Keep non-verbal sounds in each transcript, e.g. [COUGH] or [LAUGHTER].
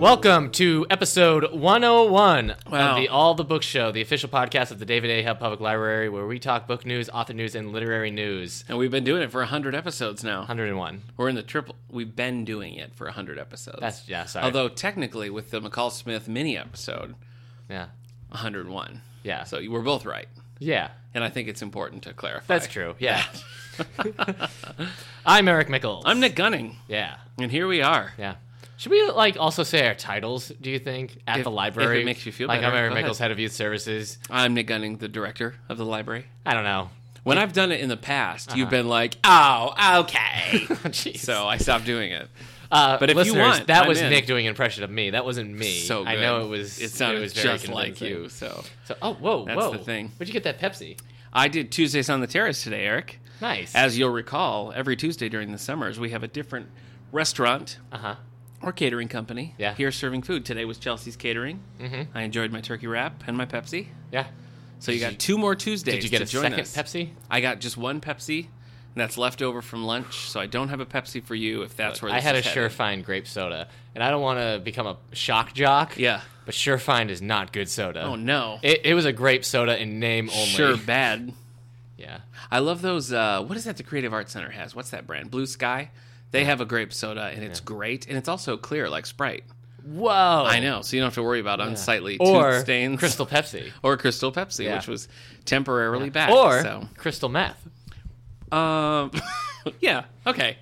Welcome to episode 101 Wow. of the All the Books Show, the official podcast of the David A. Hub Public Library, where we talk book news, author news, and literary news. And we've been doing it for 100 episodes now. 101. We're in the triple. We've been doing it for 100 episodes. That's yeah. Sorry. Although, technically, with the McCall Smith mini episode, yeah, 101. yeah, So you were both right. yeah. And I think it's important to clarify. That's true. [LAUGHS] Yeah. [LAUGHS] I'm Eric Mickles. I'm Nick Gunning. Yeah, And here we are. yeah. Should we like also say our titles? Do you think at If- the library? if it makes you feel like better, I'm Eric go ahead. Mickles, head of youth services. I'm Nick Gunning, the director of the library. I don't know. When I've done it in the past, Uh-huh. you've been like, oh, [LAUGHS] okay. Jeez. so I stopped doing it. Uh, But if you listeners, want, that I'm was in. Nick doing an impression of me. That wasn't me. So I good. know it was. It sounded it was very just like convincing. you. So So, oh, whoa, That's whoa. the thing. Where'd you get that Pepsi? I did Tuesdays on the Terrace today, Eric. Nice. As you'll recall, every Tuesday during the summers, we have a different restaurant uh huh. or catering company Yeah. here serving food. Today was Chelsea's Catering. Mm-hmm. I enjoyed my turkey wrap and my Pepsi. Yeah. So you Did got you- two more Tuesdays. Did you get to a join second us. Pepsi? I got just one Pepsi, and that's left over from lunch. So I don't have a Pepsi for you if that's where I this had a is Sure headed. Fine grape soda, and I don't want to become a shock jock. Yeah. But Sure Fine is not good soda. Oh no. It, it was a grape soda in name only. Sure, bad. Yeah. I love those. Uh, what is that the Creative Arts Center has? What's that brand? Blue Sky. They have a grape soda, and it's great, and it's also clear like Sprite. Whoa. I know, so you don't have to worry about unsightly Oh. Or tooth stains, Crystal Pepsi. [LAUGHS] or Crystal Pepsi, Yeah. which was temporarily back. or so, Crystal Meth. um, [LAUGHS] yeah, okay,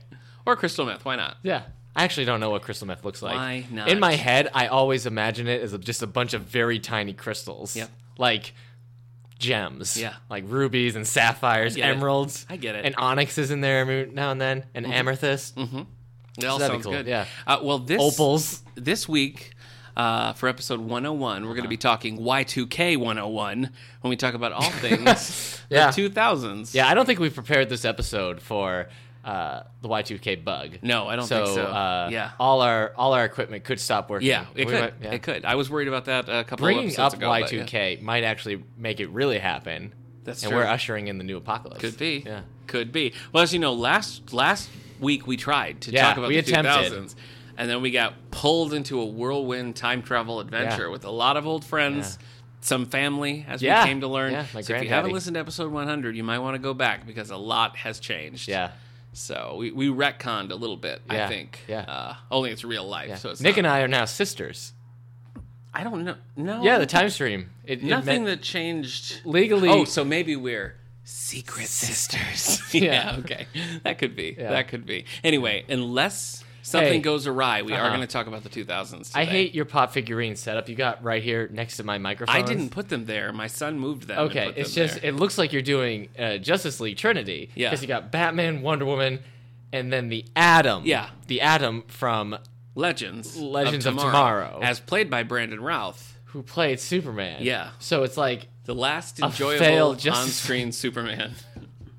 or Crystal Meth. Why not? Yeah. I actually don't know what crystal meth looks like. Why not? In my head, I always imagine it as a, just a bunch of very tiny crystals. Yep. Like gems. Yeah. Like rubies and sapphires, get it. emeralds. I get it. Mm-hmm. And onyx is in there every now and then, and amethyst, It all that'd be sounds cool, good. yeah. Uh, well, this opals. this week uh, for episode 101, we're going to be talking Y2K 101 when we talk [LAUGHS] about all things Yeah. the 2000s. Yeah, I don't think we've prepared this episode for uh, the Y2K bug. No, I don't so, think so. Uh, yeah. all our all our equipment could stop working. Yeah, it We could. might- yeah. It could. I was worried about that a couple of Bringing up episodes ago. but yeah. Y2K might actually make it really happen. That's and true. we're ushering in the new apocalypse. Could be. Yeah. Could be. Well, as you know, last last week we tried to Yeah, talk about we the attempted. 2000s, and then we got pulled into a whirlwind time travel adventure Yeah. with a lot of old friends. Some family, as Yeah. we came to learn. Yeah, so my if you granddaddy. haven't listened to episode 100, you might want to go back because a lot has changed. Yeah. So we, we retconned a little bit, Yeah. I think. Yeah. Uh, only it's real life. Yeah. So it's Nick not- and I are now sisters. I don't know. No. Yeah, the time stream. It, it Nothing meant- that changed Legally- Oh, so maybe we're secret sisters. [LAUGHS] [LAUGHS] yeah. Okay. That could be. Yeah. That could be. Anyway, unless something Hey. goes awry, we are Uh-huh. going to talk about the 2000s. I today. hate your pop figurine setup you got right here next to my microphone. I didn't put them there. My son moved them. and Okay, put it's them just there. it looks like you're doing uh, Justice League Trinity. Yeah. Because you got Batman, Wonder Woman, and then the Atom. Yeah. The Atom from Legends. Legends of of tomorrow, Tomorrow. as played by Brandon Routh, who played Superman. Yeah. So it's like the last failed enjoyable Justice- on-screen [LAUGHS] Superman.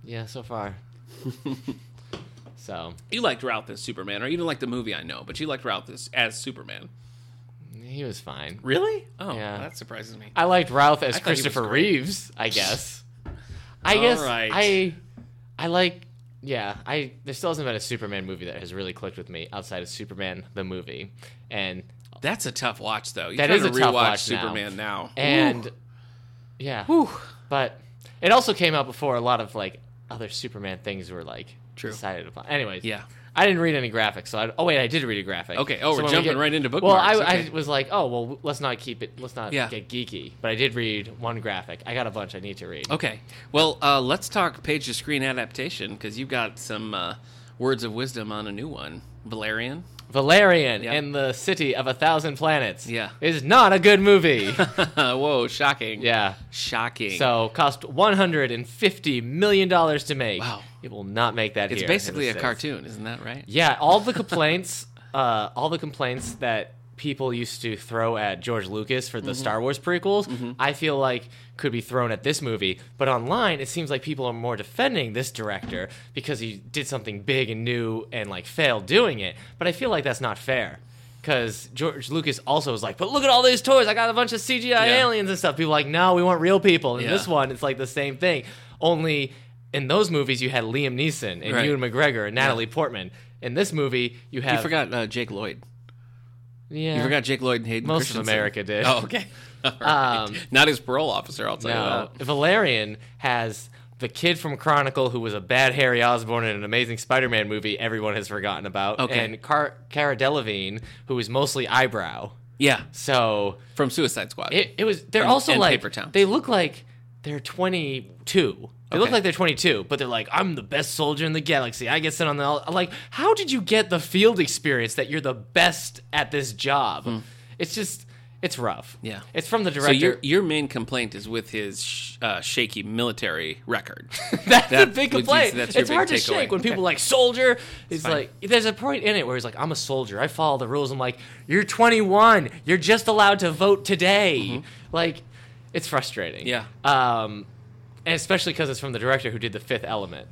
yeah, so far. [LAUGHS] so You liked Routh as Superman, or you didn't like the movie, I know, but you liked Routh as, as Superman. he was fine. Really? Oh, Yeah. that surprises me. I liked Ralph as I thought he was Christopher great. Reeves, I [LAUGHS] guess. I All guess right. I I like yeah, I there still hasn't been a Superman movie that has really clicked with me outside of Superman the movie. And That's a tough watch, though. You That try is to a rewatch tough watch now. Superman now. and yeah. Whew. But it also came out before a lot of like other Superman things were like True. decided upon. Anyways, Yeah. I didn't read any graphics, so I oh wait, I did read a graphic. Okay, oh, we're when we jumping right into Well, I, bookmarks, okay. I was like, oh well, w- let's not keep it, let's not Yeah. get geeky. But I did read one graphic. I got a bunch I need to read. okay, well, uh, let's talk page to screen adaptation because you've got some uh, words of wisdom on a new one, Valerian. [LAUGHS] Valerian Yeah. and the City of a Thousand Planets. Yeah. Is not a good movie. [LAUGHS] Whoa, shocking! yeah. shocking. So cost one hundred and fifty million dollars to make. Wow. It will not make that it's here in basically the a States. cartoon, isn't that right? Yeah, all the complaints [LAUGHS] uh all the complaints that people used to throw at George Lucas for the Mm-hmm. Star Wars prequels, I feel like could be thrown at this movie. But online it seems like people are more defending this director because he did something big and new and like failed doing it. But I feel like that's not fair. Because George Lucas also was like, but look at all these toys. I got a bunch of CGI Yeah. aliens and stuff. People are like, no, we want real people. And Yeah. this one, it's like the same thing. Only in those movies, you had Liam Neeson and Right. Ewan McGregor and Natalie Portman. In this movie, you have You forgot uh, Jake Lloyd. Yeah. You forgot Jake Lloyd and Hayden. Most of Christensen. America did. Oh, okay. [LAUGHS] All right. Um, Not his parole officer. I'll tell you No, that. Valerian has the kid from Chronicle who was a bad Harry Osborn in an amazing Spider-Man movie everyone has forgotten about, Okay. and Car- Cara Delevingne who is mostly eyebrow. Yeah, So from Suicide Squad. it, it was they're And- also and like Paper Towns. they look like they're 22. They look Okay. like they're 22, but they're like, I'm the best soldier in the galaxy. I get sent on the. all-" Like, how did you get the field experience that you're the best at this job? It's just, it's rough. Hmm. Yeah. It's from the director. so your your main complaint is with his sh- uh, shaky military [LAUGHS] record. That's That a big would be- complaint. that's your it's big hard to takeaway. shake when people Okay. are like soldier. It's fine. like there's a point in it where he's like, "I'm a soldier. I follow the rules." I'm like, "You're 21. You're just allowed to vote today." Like, it's frustrating. Mm-hmm. Yeah. Um, and especially because it's from the director who did The Fifth Element.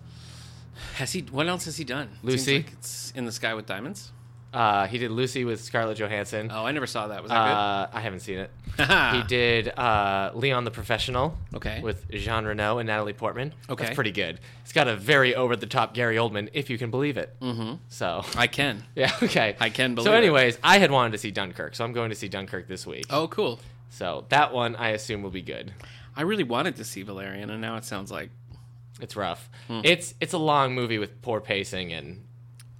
has he? What else has he done? Seems Lucy? like it's in the sky with diamonds. Uh, he did Lucy with Scarlett Johansson. Oh, I never saw that. Was that Uh, I haven't [LAUGHS] seen it. good? he did uh, Leon the Professional. Okay. With Jean Reno and Natalie Portman. Okay. That's pretty good. It's got a very over the top Gary Oldman, if you can believe it. Mm-hmm. So. I can. [LAUGHS] Yeah, okay. I can believe So, it. anyways, I had wanted to see Dunkirk, so I'm going to see Dunkirk this week. Oh, cool. So that one I assume will be good. I really wanted to see Valerian, and now it sounds like It's rough. Hmm. It's it's a long movie with poor pacing and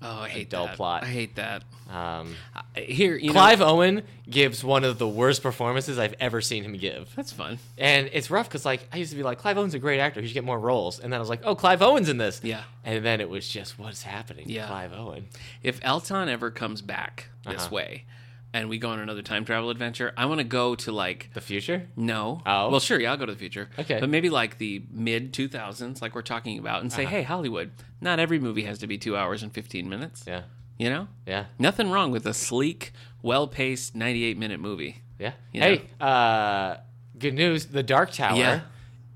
oh, I hate dull that. plot. I hate that. um, I- Uh, Here, you Clive know, Owen gives one of the worst performances I've ever seen him give, that's fun. and it's rough because like I used to be like Clive Owen's a great actor, he should get more roles, and then I was like, oh, Clive Owen's in this, Yeah. and then it was just what's happening, to Yeah. Clive Owen. If Elton ever comes back this Uh-huh. way, and we go on another time travel adventure, I want to go to like The future? No. Oh. Well, sure, yeah, I'll go to the future. Okay. But maybe like the mid 2000s, like we're talking about, and say, hey, Hollywood, not every movie has to be two hours and 15 minutes. Yeah, You know? yeah, Nothing wrong with a sleek, well paced 98 minute movie. yeah. You Hey, uh, good news: The Dark Tower Yeah.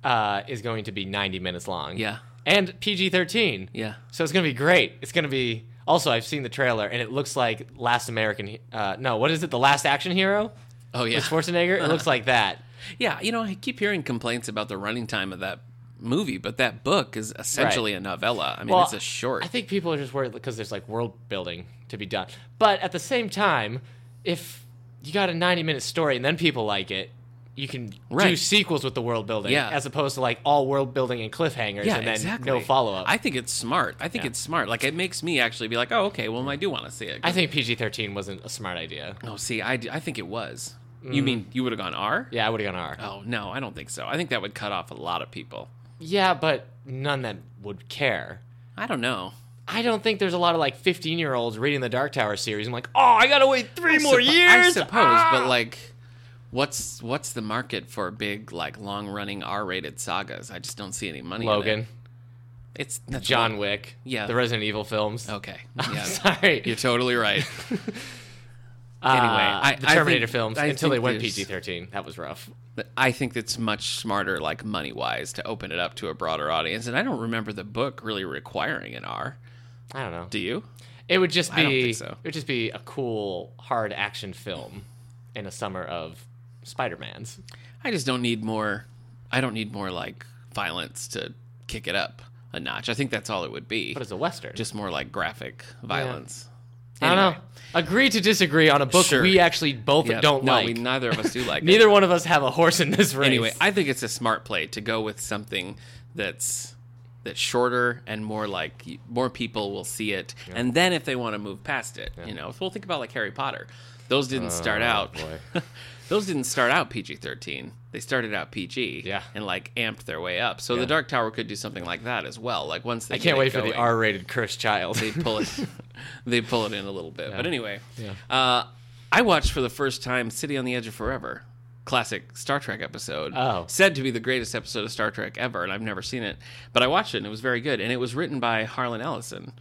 uh, is going to be 90 minutes long. Yeah. and PG 13. Yeah. So it's going to be great. It's going to be. Also, I've seen the trailer, and it looks like Last American. He- Uh, no, what is it? The Last Action Hero? Oh, yeah. With Schwarzenegger? It [LAUGHS] looks like that. yeah, you know, I keep hearing complaints about the running time of that movie, but that book is essentially a novella. I mean, Well, it's a short. I think people are just worried because there's like world building to be done. But at the same time, if you got a 90 minute story and then people like it, you can do Right. sequels with the world building Yeah. as opposed to like all world building and cliffhangers and then exactly. no follow up. I I, think it's smart. I think it's smart. Like, it makes me actually be like, oh, okay, well, I do want to see it. think PG 13 wasn't a smart idea. oh, see, I, d- I think it was. Mm. You mean you would have gone R? Yeah, I would have gone R. Oh no, I don't think so. I think that would cut off a lot of people. Yeah, but none that would care. I don't know. I don't think there's a lot of like 15 year olds reading the Dark Tower series. I'm like, oh, I gotta wait three more Suppo- years. I suppose, Ah! but like, what's what's the market for big like long running R rated sagas? I just don't see any money. in it. Ah! Logan, it's that's John Wick, Yeah. the Resident Evil films. Okay, [LAUGHS] I'm [LAUGHS] yeah, sorry. you're totally right. anyway, I- the I Terminator think- films I until think they went there's- PG-13. That was rough. But I think it's much smarter, like money wise, to open it up to a broader audience. And I don't remember the book really requiring an R. I don't know. Do you? It would just be I don't think so. it would just be a cool hard action film in a summer of Spider-Man's. I just don't need more. I don't need more like violence to kick it up a notch. I think that's all it would be. But it's a western. just more like graphic violence. I don't know. Anyway. Agree to disagree on a book Sure. we actually both Yeah, don't no, like. we- neither of [LAUGHS] us do like. Neither one of us have a horse in this race. It. Anyway, I think it's a smart play to go with something that's that's shorter and more like more people will see it, and then if they want to move past it, you know, we'll think about like Harry Potter. Those didn't Uh. start out. [LAUGHS] boy. those didn't start out PG thirteen. They started out PG. Yeah. And like amped their way up. So the Dark Tower could do something like that as well. Like once they I can't wait for the R-rated cursed child. they pull it they pull it in a little bit. But anyway, uh, I watched for the first time City on the Edge of Forever, classic Star Trek episode. Oh. said to be the greatest episode of Star Trek ever, and I've never seen it, but I watched it and it was very good. And it was written by Harlan Ellison.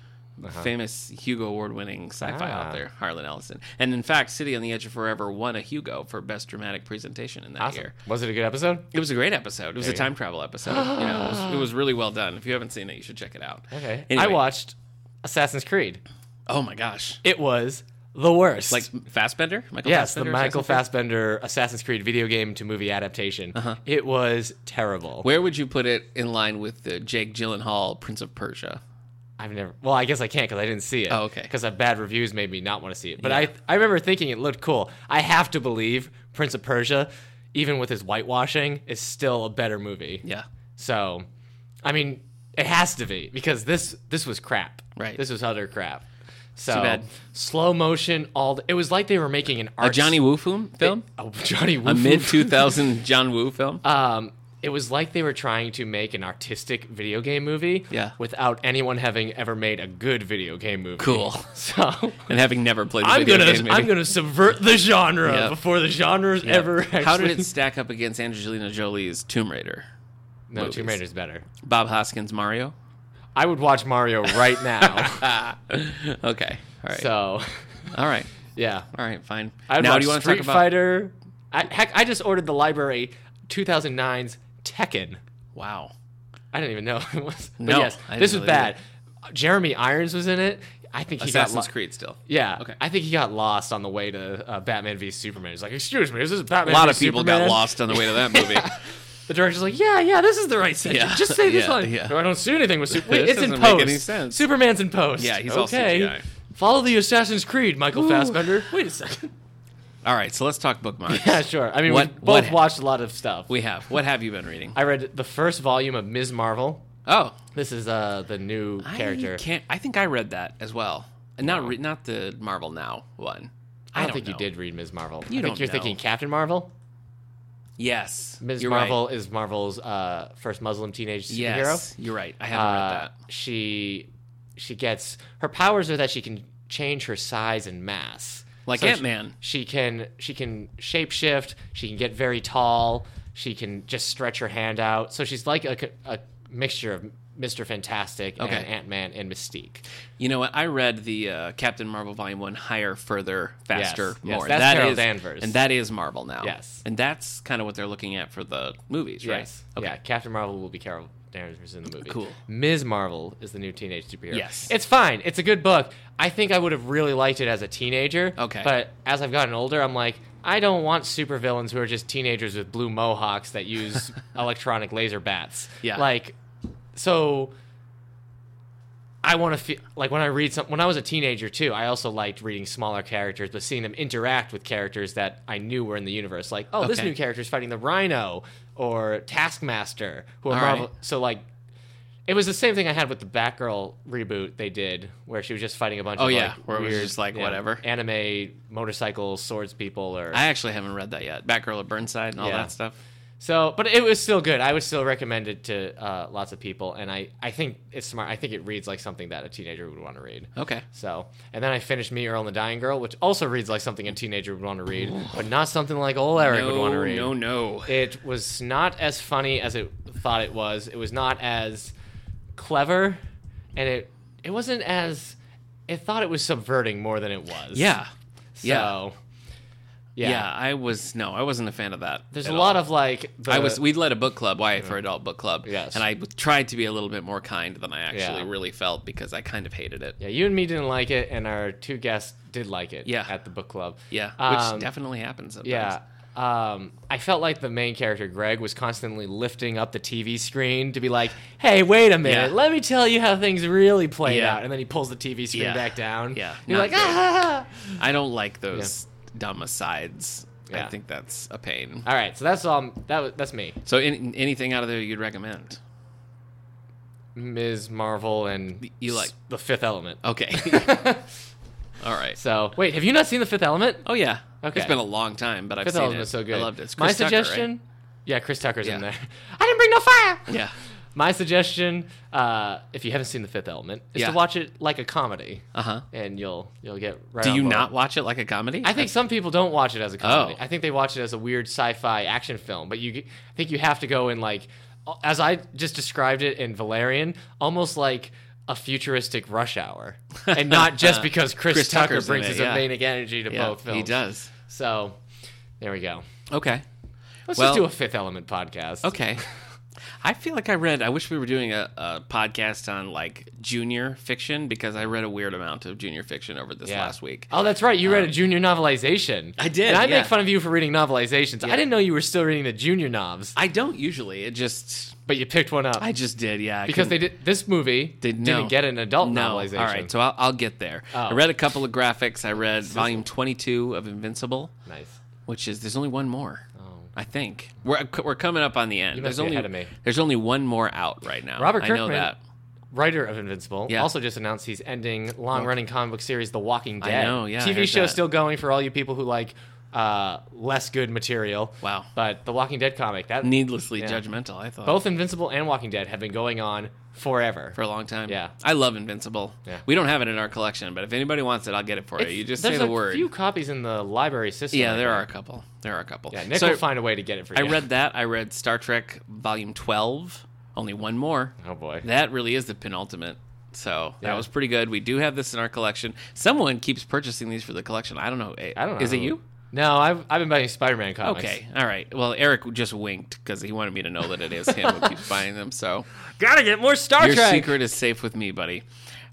Famous Hugo Award winning sci fi Uh-huh. Ah. author, Harlan Ellison. And in fact, City on the Edge of Forever won a Hugo for Best Dramatic Presentation in that [LAUGHS] awesome. year. Was it a good episode? It was a great episode. It was There a you time travel episode. you know, it, was, it was really well done. If you haven't seen it, you should check it out. Okay. Anyway. I watched Assassin's Creed. Oh my gosh. It was the worst. like Fassbender, Michael. Yes, the Fassbender or Michael Assassin's Creed? Uh-huh. Fassbender Assassin's Creed video game to movie adaptation. It was terrible. Where would you put it in line with the Jake Gyllenhaal Prince of Persia? I've never. Well, I guess I can't because I didn't see it. Oh, okay. Because bad reviews made me not want to see it. But Yeah. I, I remember thinking it looked cool. I have to believe Prince of Persia, even with his whitewashing, is still a better movie. Yeah. So, I mean, it has to be because this this was crap. Right. This was utter crap. So bad. slow motion. All the, it was like they were making an art A Johnny Woo film? film? [LAUGHS] a Johnny Woo A film. mid 2000 [LAUGHS] John Woo film? Um, it was like they were trying to make an artistic video game movie. Yeah. Without anyone having ever made a good video game movie. Cool. [LAUGHS] [LAUGHS] So. and having never played the I'm video gonna game movie. I'm gonna subvert the genre Yeah. before the genre's ever. Actually. How did it stack up against Angelina Jolie's Tomb Raider? No, Tomb movies? Raider's better. Bob Hoskins Mario? I would watch Mario [LAUGHS] right now. Okay. All right. so, All right. yeah. All right, fine. I would now watch do you want to Street talk about Fighter. I, heck, I just ordered the library 2009's Tekken. Wow. I didn't even know [LAUGHS] it was. But No, yes, I didn't this know was that bad. Jeremy Irons was in it. I think he got Assassin's lo- Creed still. Yeah. Okay. I think he got lost on the way to uh, Batman v Superman. He's like, "Excuse me, is this A Batman?" lot v of people Superman?" got lost on the way to [LAUGHS] that movie. The director's like, "Yeah, yeah, this is the right section. Yeah, Just say this yeah, line. yeah. No, I don't see [LAUGHS] anything with Superman. This It's in doesn't post. make any sense. Superman's in post. Yeah, he's all okay. CGI. Follow the Assassin's Creed, Michael Fassbender. [LAUGHS] Wait a second. All right, so let's talk bookmarks. [LAUGHS] Yeah, sure. I mean, What- we both what- watched a lot of stuff. We have. What have you been reading? I read the first volume of Ms. Marvel. Oh, This is uh the new character. I can't. I think I read that as well. And not re, not the Marvel Now one. I, don't think know. you did read Ms. Marvel. You I don't think you're know. thinking Captain Marvel. Yes, Ms. You're right. Marvel is Marvel's uh, first Muslim teenage superhero. Yes, you're right. I haven't read Uh, that. she she gets her powers are that she can change her size and mass. Like she- Ant-Man. She, can she can shapeshift, she can get very tall, she can just stretch her hand out. So she's like a, co- a mixture of Mr. Fantastic Okay. and Ant-Man and Mystique. You know what? I read the uh, Captain Marvel Volume One, higher, further, faster, yes, more. that's That Carol is- Danvers. and that is Marvel now. Yes. and that's kind of what they're looking at for the movies, right? Yes. Yeah, Captain Marvel will be Carol Danvers in the movie. Cool. Ms. Marvel is the new teenage superhero. Yes. It's fine. It's a good book. I think I would have really liked it as a teenager. Okay. But as I've gotten older, I'm like, I don't want supervillains who are just teenagers with blue mohawks that [LAUGHS] use electronic laser bats. Yeah. Like, so I want to feel like when I read some when I was a teenager too. I also liked reading smaller characters, but seeing them interact with characters that I knew were in the universe. Like, oh, this Okay. new character is fighting the Rhino or Taskmaster, who are All Marvel. right. So like, it was the same thing I had with the Batgirl reboot they did, where she was just fighting a bunch. Oh, of, yeah, like, where it was weird, just, like, yeah, whatever. anime motorcycle swords people or I actually haven't read that yet. Batgirl of Burnside and all Yeah. that stuff. so. But it was still good. I would still recommend it to uh, lots of people, and I I think it's smart. I think it reads like something that a teenager would want to read. Okay. So, and then I finished Me, Earl, and the Dying Girl, which also reads like something a teenager would want to read, but not something like old Eric would want to No, read. no, no. It was not as funny as it thought it was. It was not as clever, and it it wasn't as it thought it was subverting more than it was. Yeah. So, Yeah. yeah. yeah, I was no, I wasn't a fan of that. There's at a all. lot of like. The, I was we led a book club, YA for Adult book club. uh, Yes. And I tried to be a little bit more kind than I actually Yeah. really felt because I kind of hated it. Yeah, you and me didn't like it, and our two guests did like it. Yeah. At the book club. Yeah, Um, which definitely happens. Sometimes. Yeah. Um, I felt like the main character Greg was constantly lifting up the TV screen to be like, "Hey, wait a minute, Yeah. let me tell you how things really played Yeah. out," and then he pulls the TV screen Yeah. back down. Yeah, you're not like, "Ah!" I don't like those dumb asides. I Yeah. think that's a pain. All right, so that's all. That was, that's me, So, in, anything out of there you'd recommend? Ms. Marvel, and You like- s- the Fifth Element. [LAUGHS] Okay. All right. So wait, have you not seen the Fifth Element? oh yeah. Okay. It's been a long time, but I've Fifth seen Element it. is so good. I loved it. It's My Chris Tucker, right? suggestion. Yeah, Chris Tucker's Yeah. in there. [LAUGHS] I didn't bring no fire. Yeah. My suggestion, uh, if you haven't seen The Fifth Element, is Yeah. to watch it like a comedy. [LAUGHS] Uh huh. and you'll you'll get right. Do on you board. not watch it like a comedy? I think some people don't watch it as a comedy. Oh. I think they watch it as a weird sci-fi action film. But you, I think you have to go in like, as I just described it in Valerian, almost like a futuristic rush hour, and [LAUGHS] not just because Chris, Chris Tucker Tucker's in brings it, his yeah. manic energy to yeah, both films. he does. So, there we go. Okay. Let's Well- just do a Fifth Element podcast. Okay. I feel like I read. I wish we were doing a, a podcast on like junior fiction because I read a weird amount of junior fiction over this Yeah. last week. Um, Oh, that's right. You read a junior novelization. I did, And I yeah. make fun of you for reading novelizations. Yeah. I didn't know you were still reading the junior novs, I don't usually. It just but you picked one up I just did. Yeah, I because couldn't- they did. This movie They- didn't no. get an adult no. novelization. All right, so I'll, I'll get there. I Oh. read a couple of graphics. I read volume twenty-two of Invincible, nice. which is there's only one more. I think we're uh, we're coming up on the end. Oh. You there's must be only ahead of me. there's only one more out right now. Robert I know Kirkman- that. Writer of Invincible Yeah. also just announced he's ending long-running comic book series The Walking Dead. know, yeah, I TV heard show that. still going for all you people who like uh, less good material. Wow. But The Walking Dead comic that Needlessly Yeah. judgmental. I thought both Invincible and Walking Dead have been going on forever. for a long time. Yeah. I love Invincible. Yeah. We don't have it in our collection, but if anybody wants it, I'll get it for It's- you. You just there's say the a word. few copies in the library system. Yeah, I there think. are a couple. There are a couple. Yeah, Nick So will find a way to get it for I you. read that. I read Star Trek Volume 12. Only one more. Oh boy. That really is the penultimate. So that Yeah. was pretty good. We do have this in our collection. Someone keeps purchasing these for the collection. I don't know. I don't know. Is it you? No, I've I've been buying Spider-Man comics. Okay. All right. Well, Eric just winked because he wanted me to know that it is him who [LAUGHS] keeps buying them. So Gotta get more Star your Trek. secret is safe with me, buddy.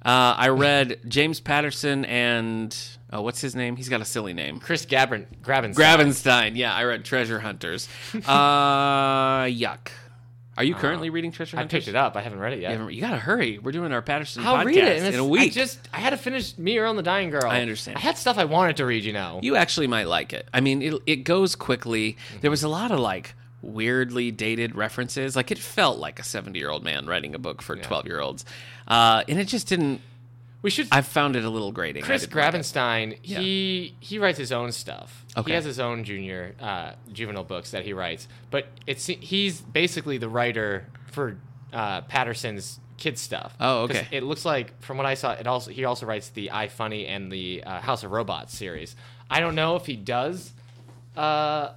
Uh, I read James Patterson and oh, what's his name? He's got a silly name. Chris Gabrin, Grabbins. Gravenstein. Yeah, I read [LAUGHS] Treasure Hunters. Uh, yuck. Are you currently reading Treasure Uh, I Hunters? picked it up. I haven't read it yet. You haven't- You gotta hurry. We're doing our Patterson I'll podcast read it in it's- a week. I just I had to finish Me Earl and the Dying Girl. I understand. I had stuff I wanted to read. You know. You actually might like it. I mean, it it goes quickly. There was a lot of like weirdly dated references. Like it felt like a seventy year old man writing a book for twelve year olds, uh, and it just didn't. we should. I found it a little grating. I Chris didn't like it. Grabenstein, he he writes his own stuff. Okay. He has his own junior uh, juvenile books that he writes, but it's he's basically the writer for uh, Patterson's kid stuff. Oh, 'Cause okay. It looks like from what I saw, it also he also writes the I Funny and the uh, House of Robots series. I don't know if he does uh,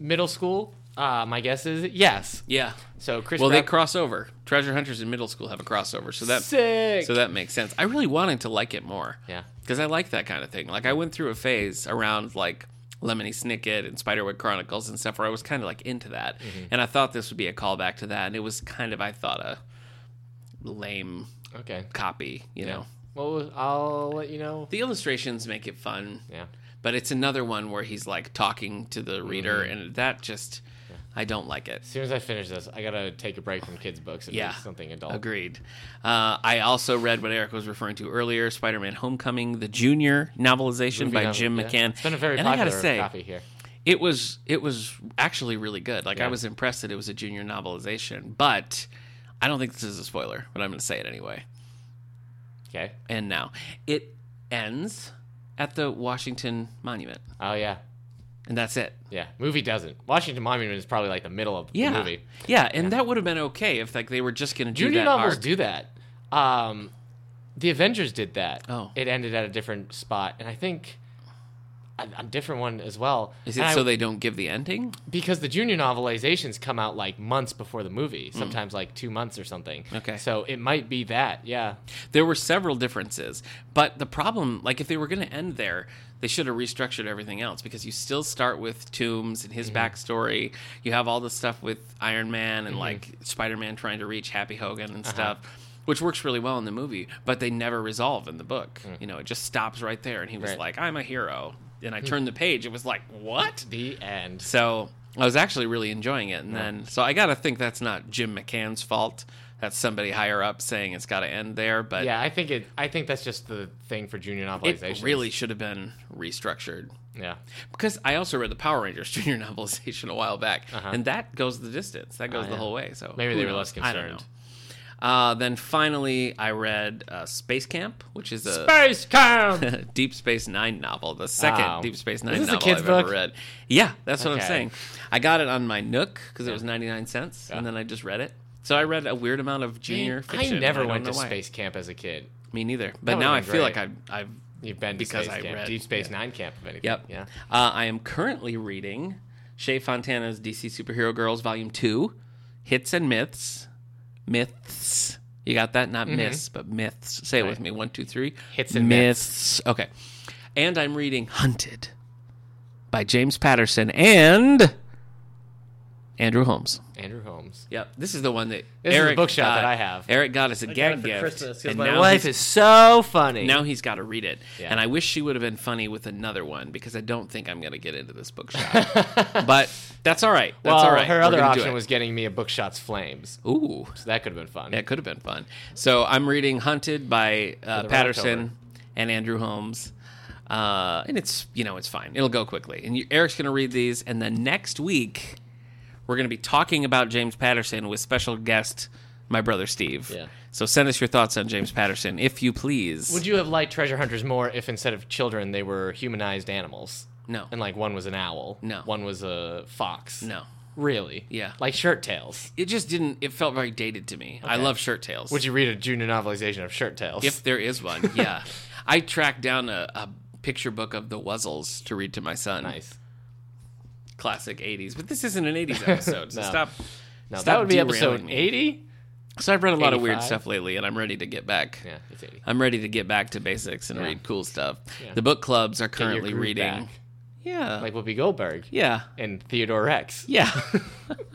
middle school. Uh, my guess is yes. Yeah. So Chris, Well, they Grab- cross over. Treasure Hunters in middle school have a crossover, so that sick. So that makes sense. I really wanted to like it more. Yeah. Because I like that kind of thing. Like I went through a phase around like Lemony Snicket and Spiderwick Chronicles and stuff where I was kind of like into that. Mm-hmm. And I thought this would be a callback to that. And it was kind of, I thought, a lame okay. copy, you know? Well, I'll let you know. The illustrations make it fun. Yeah. But it's another one where he's like talking to the reader. Mm-hmm. And that just, I don't like it. As soon as I finish this, I gotta take a break from kids' books and Yeah. do something adult. Agreed. Uh, I also read what Eric was referring to earlier: Spider-Man: Homecoming, the junior novelization Movie by novel- Jim yeah. McCann. It's been a very and I popular gotta say, copy here. it was it was actually really good. Like I Yeah. was impressed that it was a junior novelization, but I don't think this is a spoiler, but I'm going to say it anyway. Okay. And now it ends at the Washington Monument, Oh yeah, and that's it. yeah. Movie doesn't. Washington Monument is probably like the middle of Yeah, the movie. yeah, and that would have been okay if like they were just going to do Junior that novels arc. do that. Um, the Avengers did that. Oh. It ended at a different spot, and I think a, a different one as well. Is it And I- so they don't give the ending? because the junior novelizations come out like months before the movie, sometimes like two months or something. Mm. Okay. So it might be that. Yeah. There were several differences, but the problem, like if they were going to end there, they should have restructured everything else because you still start with Tombs and his backstory. You have all the stuff with Iron Man and like Spider Man trying to reach Happy Hogan and stuff, which works really well in the movie, but they never resolve in the book. You know, it just stops right there. And he was Right. like, I'm a hero. And I turned the page. It was like, what? The end. So I was actually really enjoying it. And then, so I got to think that's not Jim McCann's fault. That's somebody higher up saying it's got to end there. But Yeah, I think it. I think that's just the thing for junior it novelization. really should have been restructured Yeah. because I also read the Power Rangers [LAUGHS] junior novelization a while back, and that goes the distance. That goes the Uh-huh. Oh, yeah. whole way. So Maybe who they were knows? less I don't know. concerned. Uh, then finally, I read uh, Space Camp, which is a Space Camp. [LAUGHS] Deep Space Nine novel, the second Oh. Deep Space Is Nine this a novel kid's I've ever book? read. Yeah, that's what I'm Okay. saying. I got it on my Nook because it was 99 cents, and then I just read it. So I read a weird amount of junior I fiction. never don't went to know why. space camp as a kid. Me neither. But would've now I been feel like great. I've, I've You've been to Because space I camp, read- Deep Space Nine camp, if anything. Yep. Yeah. Uh, I am currently reading Shea Fontana's DC Superhero Girls Volume 2, Hits and Myths. Myths. You got that? Not myths, but myths. Say it with me. One, two, three. Mm-hmm. Hits and myths. Okay. And I'm reading Hunted by James Patterson and Andrew Holmes. Andrew Holmes. Yep. This is the one that This is the Eric bookshop got- that I have. Eric got us a got it gag for gift. Christmas, 'cause and my now Life is he's- so funny. now he's got to read it. Yeah. And I wish she would have been funny with another one because I don't think I'm going to get into [LAUGHS] this bookshop. but that's all right. That's well, all right. her We're other gonna do option it. was getting me a Bookshot's Flames. ooh. So that could have been fun. That could have been fun. So I'm reading Hunted by uh, the Patterson and Andrew Holmes. Uh, and it's, you know, it's fine. It'll go quickly. And you, Eric's going to read these. And then next week, we're going to be talking about James Patterson with special guest, my brother Steve. Yeah. So send us your thoughts on James Patterson, if you please. Would you have liked Treasure Hunters more if instead of children they were humanized animals? No. And like one was an owl. No. One was a fox. No. Really? Yeah. Like shirt tails. It just didn't, it felt very dated to me. I love shirt tails. Would you read a junior novelization of shirt tails? If there [LAUGHS] is one, yeah. I tracked down a, a picture book of the Wuzzles to read to my son. nice. classic 80s, but this isn't an [LAUGHS] 80s episode. So No. stop. Now stop that would be derailing episode me. eighty. So I've read a lot of weird 85. stuff lately, and I'm ready to get back. Yeah, it's eighty. I'm ready to get back to basics and read cool stuff. Yeah. The book clubs are Get your currently groove reading. back. Yeah. like Whoopi Goldberg yeah. and Theodore Rex. Yeah. [LAUGHS]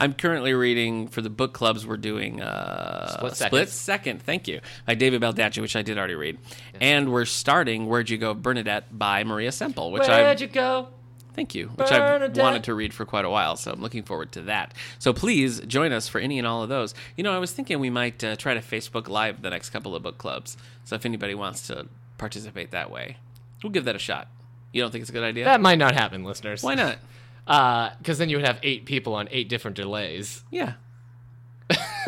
I'm currently reading for the book clubs we're doing uh, Split Second. Second, thank you, by David Baldacci, which I did already read. And we're starting Where'd You Go, Bernadette by Maria Semple, which I you go? Thank you, which I've Bernadette. wanted to read for quite a while, so I'm looking forward to that. So please join us for any and all of those. You know, I was thinking we might uh, try to Facebook Live the next couple of book clubs. So if anybody wants to participate that way, we'll give that a shot. You don't think it's a good idea? That might not happen, listeners. Why not? Because then you would have eight people on eight different delays. Yeah.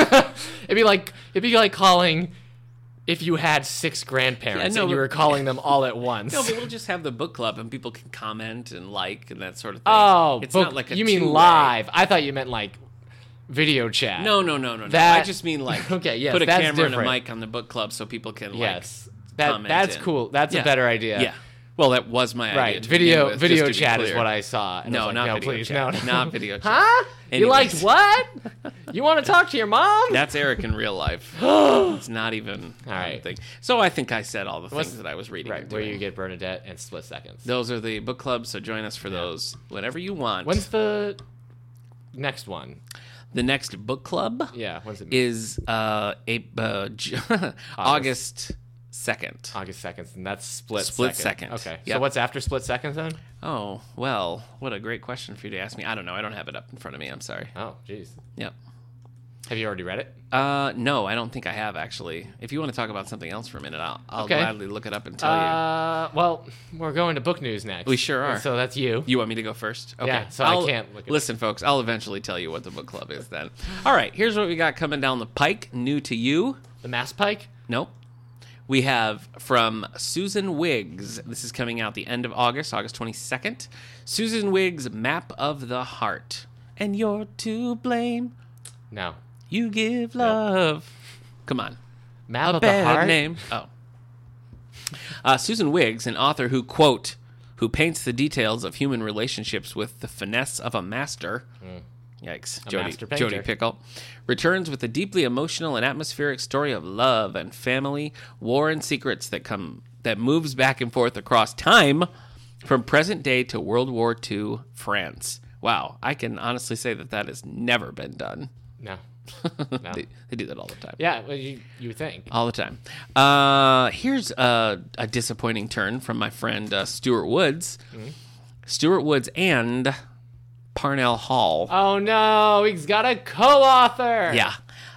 It'd be like it'd be like calling if you had six grandparents Yeah, no, and you but- were calling them all at once. No, but we'll just have the book club and people can comment and like and that sort of thing. [LAUGHS] oh, it's book- not like a you mean two-way. live? I thought you meant like video chat. No, no, no, no, no. That- I just mean like [LAUGHS] Okay, yes, put a that's camera and a different. mic on the book club so people can like Yes. That, comment that's in. cool. That's Yeah. a better idea. Yeah. Well, that was my idea. Right. to Video begin with, just video to be chat is clear. what I saw. and I was No, like, not no, video please, chat. no, no. [LAUGHS] Not video chat. Huh? You liked Anyways. what? You [LAUGHS] want to talk to your mom? That's Eric in [GASPS] real life. it's not even all right. Thing. So I think I said all the What's- things that I was reading. right. and Where doing. you get Bernadette and Split Seconds. Those are the book clubs. So join us for those whenever you want. When's the next one? the next book club? Yeah. When's it? Is uh, a, uh [LAUGHS] J- August second. August second, and that's split. Split second. Second. Okay. Yep. So what's after split seconds then? Oh well, what a great question for you to ask me. I don't know. I don't have it up in front of me. [LAUGHS] I'm sorry. Oh, jeez. Yep. Have you already read it? Uh, no, I don't think I have actually. If you want to talk about something else for a minute, I'll, I'll Okay. gladly look it up and tell you. Uh, well, we're going to book news next. Oh, We sure are. And so that's you. You want me to go first? Okay. Yeah, so I I'll- can't look at- listen, folks. I'll eventually tell you what the book club is then. All right. Here's what we got coming down the pike. New to you? The Mass Pike. Nope. We have from Susan Wiggs. This is coming out the end of August, August 22nd. Susan Wiggs' Map of the Heart. And you're to blame. No. You give love. Come on. Map of the bad Heart. name. Oh. Uh, Susan Wiggs, an author who, quote, who paints the details of human relationships with the finesse of a master. Yikes. Jody, Hmm. master painter. Jody Pickle. Returns with a deeply emotional and atmospheric story of love and family, war and secrets that come that moves back and forth across time from present day to World War II France. Wow, I can honestly say that that has never been done. [LAUGHS] No. They, they do that all the time Yeah. Well, you you would think. all the time. Uh, here's a, a disappointing turn from my friend uh, Stuart Woods. Stuart Woods and Parnell Hall. Oh no, he's got a co-author. yeah.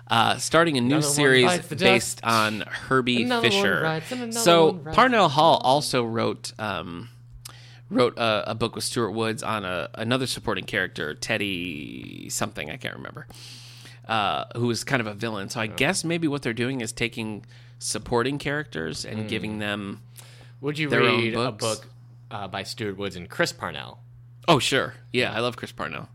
Uh, starting a new Another one series bites the dust. based on Herbie Another one Fisher. bites and another so one bites. Parnell Hall also wrote um, wrote a, a book with Stuart Woods on a, another supporting character, Teddy something I can't remember, uh, who was kind of a villain. So I Oh. guess maybe what they're doing is taking supporting characters and Hmm. giving them. Would you Their own read a books. book uh, by Stuart Woods and Chris Parnell? Oh sure, yeah, I love Chris Parnell.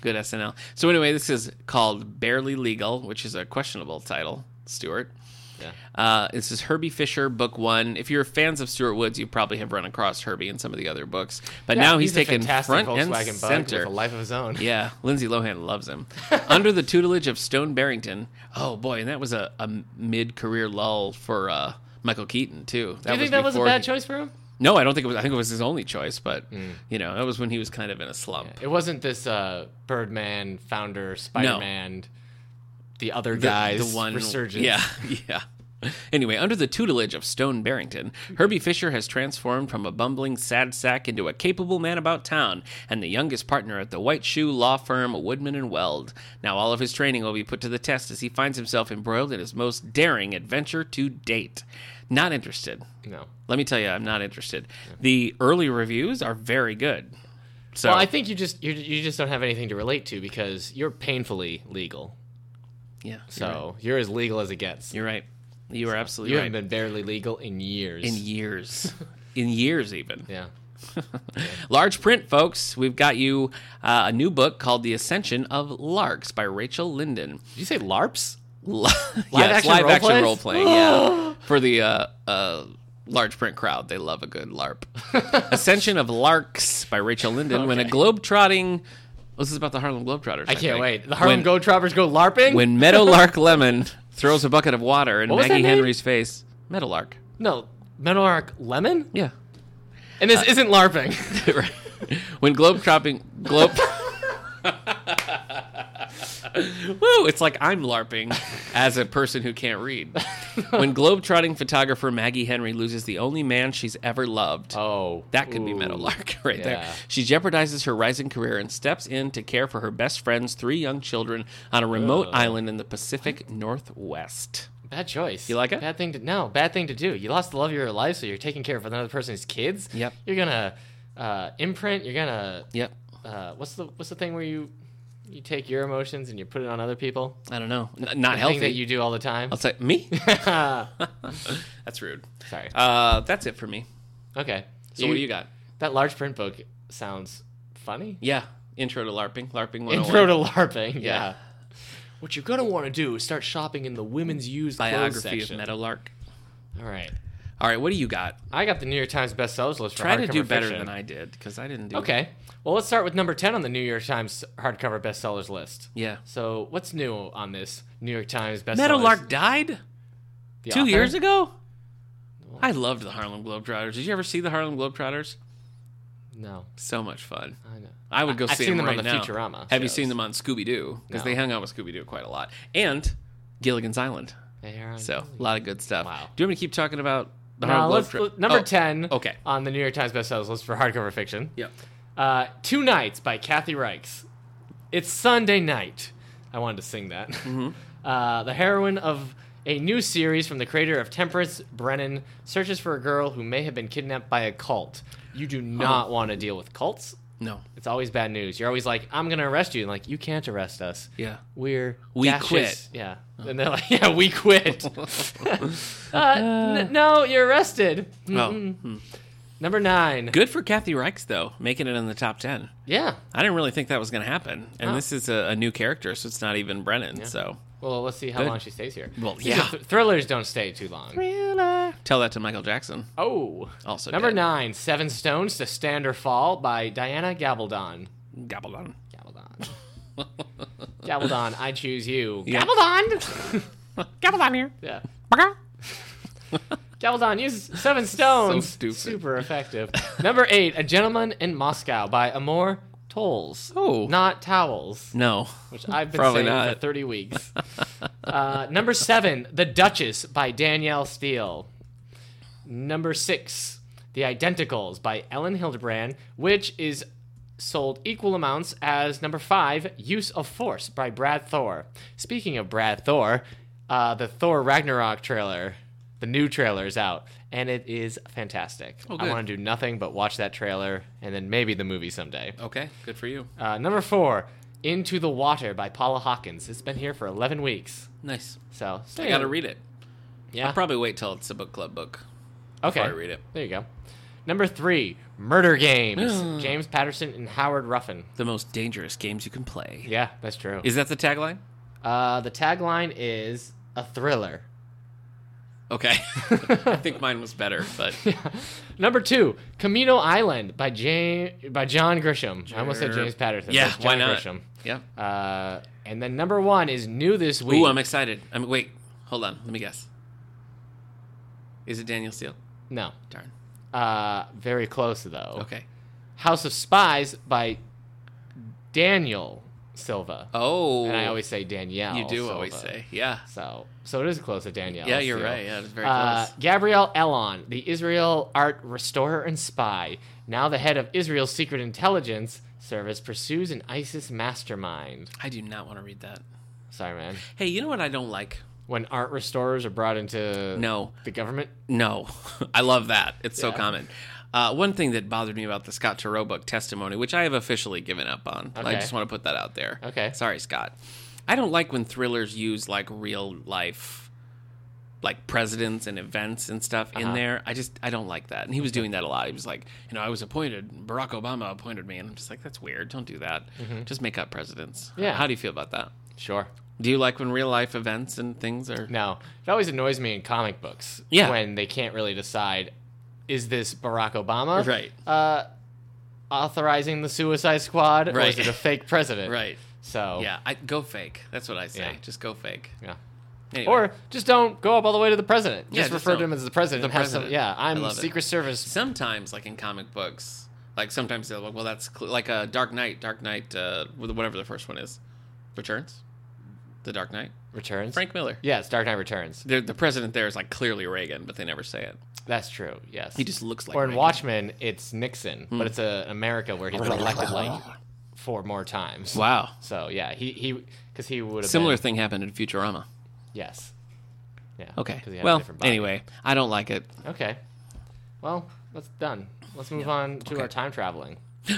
Good SNL. So anyway, this is called Barely Legal, which is a questionable title, Stuart. Yeah. Uh, this is Herbie Fisher, book one. If you're fans of Stuart Woods, you probably have run across Herbie in some of the other books. But now he's, a taken fantastic front Volkswagen and Bug with center. a life of his own. Yeah, Lindsay Lohan [LAUGHS] loves him. Under the tutelage of Stone Barrington. Oh boy, and that was a, a mid-career lull for uh, Michael Keaton too. That Do you think that was a before bad he- choice Mm. for him? No, I don't think it was. I think it was his only choice, but you know, that was when he was kind of in a slump. It wasn't this uh, Birdman founder, Spider Man, the other guys, the, one resurgence. Yeah, [LAUGHS] yeah. Anyway, under the tutelage of Stone Barrington, Herbie Fisher has transformed from a bumbling sad sack into a capable man about town and the youngest partner at the white shoe law firm Woodman and Weld. Now all of his training will be put to the test as he finds himself embroiled in his most daring adventure to date. Not interested. No. Let me tell you, I'm not interested. The early reviews are very good. So Well, I think you just you you just don't have anything to relate to because you're painfully legal. yeah, So you're as legal as it gets. you're right. You are absolutely you right. haven't been barely legal in years. in years, in years even. yeah. Large print, folks. We've got you uh, a new book called The Ascension of Larks by Rachel Linden. Did you say LARPs? Li- [LAUGHS] yes, action live role action plays? role playing. [GASPS] yeah, for the uh, uh, large print crowd, they love a good [LAUGHS] LARP. Ascension of Larks by Rachel Linden. When a globetrotting, Oh, this is about the Harlem Globetrotters. I can't think. wait. The Harlem When- Globetrotters go LARPing? [LAUGHS] When Meadowlark Lemon throws a bucket of water in was that Maggie name? Henry's face, Meadowlark. no, Metal Arc Lemon? Yeah. And Uh, this isn't [LAUGHS] LARPing. Right. when globetrotting globe [LAUGHS] Woo, it's like I'm LARPing as a person who can't read. When globetrotting photographer Maggie Henry loses the only man she's ever loved. oh. That could be ooh. Meadowlark [LAUGHS] right there. yeah. She jeopardizes her rising career and steps in to care for her best friend's three young children on a remote island in the Pacific Northwest. Bad choice. You like it? Bad thing to no. Bad thing to do. You lost the love of your life, so you're taking care of another person's kids. Yep. You're gonna uh, imprint. You're gonna. Yep. Uh, what's the What's the thing where you you take your emotions and you put it on other people? I don't know. N- not The healthy. thing that you do all the time. [LAUGHS] [LAUGHS] I'll say me. That's rude. Sorry. Uh, that's it for me. okay. So what do you got? That large print book sounds funny. [LAUGHS] Yeah, intro to LARPing, LARPing 101. Intro to LARPing. Yeah. Yeah. What you're gonna want to do is start shopping in the women's used clothes biography of section. Meadowlark. All right. All right, what do you got? I got the New York Times bestsellers list. For Try to hardcover do better fiction. than I did because I didn't do. Okay. Well, let's start with number 10 on the New York Times hardcover bestsellers list. Yeah. So, what's new on this New York Times bestsellers? Meadowlark died The two author? years ago. I loved the Harlem Globetrotters. Did you ever see the Harlem Globetrotters? No. So much fun. I know. I would go I've see seen them, them on right the now. Futurama Have you shows. seen them on Scooby Doo? Because No. they hung out with Scooby Doo quite a lot, and Gilligan's Island. They are on- So a lot of good stuff. Wow. Do you want me to keep talking about the No, Harlem let's, Globetrotters? number Oh, 10 Okay. on the New York Times bestsellers list for hardcover fiction. Yeah. Uh, Two Nights by Kathy Reichs. It's Sunday night. I wanted to sing that. Mm-hmm. [LAUGHS] Uh, the heroine of a new series from the creator of Temperance, Brennan, searches for a girl who may have been kidnapped by a cult. You Oh. do not want to deal with cults. No. It's always bad news. You're always like, I'm going to arrest you. And like, you can't arrest us. Yeah. We're We gaseous." quit. Oh. Yeah. And they're like, yeah, we [LAUGHS] quit. [LAUGHS] uh, n- no, you're arrested. Mm-hmm. Oh, Number nine. good for Kathy Reichs though, making it in the top ten. Yeah. I didn't really think that was going to happen, and Oh. this is a, a new character, so it's not even Brennan. So Well, let's see how Good. long she stays here. Well, Because yeah. th- thrillers don't stay too long. tell that to Michael Jackson. Oh. Also Number dead. nine, Seven Stones to Stand or Fall by Diana Gabaldon. Gobble on. [LAUGHS] Gabaldon. Gabaldon, I choose you. Yeah. Gabaldon! [LAUGHS] Gobble on here. yeah. Bugger. Gabaldon uses seven stones. stupid. Super effective. Number eight, A Gentleman in Moscow by Amor Tolls. Oh. Not Towels, No. which I've been Probably saying not. for 30 [LAUGHS] weeks. uh, number seven, The Duchess by Danielle Steele. Number six, The Identicals by Ellen Hildebrand, which is sold equal amounts as number five, Use of Force by Brad Thor. Speaking of Brad Thor, uh, the Thor Ragnarok trailer, the new trailer is out, and it is fantastic. I Oh, good. want to do nothing but watch that trailer and then maybe the movie someday. Okay. Good for you. Uh, number four, Into the Water by Paula Hawkins. It's been here for 11 weeks. Nice. So, I got to read it. Yeah. I'll probably wait till it's a book club book. Okay. before I read it. There you go. Number three, Murder Hmm. Games. James Patterson and Howard Ruffin. The most dangerous games you can play. Yeah, that's true. Is that the tagline? Uh, the tagline is a thriller. Okay. [LAUGHS] I think mine was better, [LAUGHS] but Number two, Camino Island by James, by John Grisham. I almost said James Patterson. yeah. but John Why not? Grisham. Yeah. Uh, and then number one is new this week. Ooh, I'm excited. I'm wait. Hold on. Let me guess. Is it Daniel Steele? no, Darn. Uh, very close though. Okay. House of Spies by Daniel Silva. Oh, And I always say Danielle. you do Silva. always say, yeah, So, so it is close to Danielle. yeah. You're still. right. Yeah, it's very Uh, close. Gabrielle Elon, the Israel art restorer and spy, now the head of Israel's secret intelligence service, pursues an ISIS mastermind. I do not want to read that. Sorry, man. Hey, you know what I don't like? When art restorers are brought into No. the government, No, [LAUGHS] I love that. It's so Yeah. common. Uh, one thing that bothered me about the Scott Turobuck testimony, which I have officially given up on, I Okay. just want to put that out there. Okay. Sorry, Scott. I don't like when thrillers use like real life, like presidents and events and stuff Uh-huh. in there. I just I don't like that. And he was doing that a lot. He was like, you know, I was appointed. Barack Obama appointed me, and I'm just like, that's weird. Don't do that. Just make up presidents. Mm-hmm. Yeah. How do you feel about that? sure. Do you like when real life events and things are? No, it always annoys me in comic books Yeah. when they can't really decide is this Barack Obama Right. uh, authorizing the Suicide Squad or Right. is it a fake president? Right. So Yeah. I go fake. That's what I say. Oh. Yeah. Just go fake. yeah. Anyway. Or just don't go up all the way to the president. Just Yeah, just refer to don't. him as the president. The and have some- president. yeah, I I'm love it. Secret Service. sometimes like in comic books like sometimes they're like well that's cl-, like a dark knight dark knight uh whatever the first one is returns the dark knight Returns. frank miller Yeah, it's Dark Knight Returns. the, the president there is like clearly reagan but they never say it That's true. Yes. he just looks like Hmm. or in reagan. Watchmen, it's Nixon, but it's uh America where he's been elected like four more times. wow So yeah, he he because he would have similar Been, thing happened in futurama yes. Yeah. okay 'cause he had a well different body. anyway i don't like it [GASPS] Okay. Well, that's done. Let's move on to our time traveling.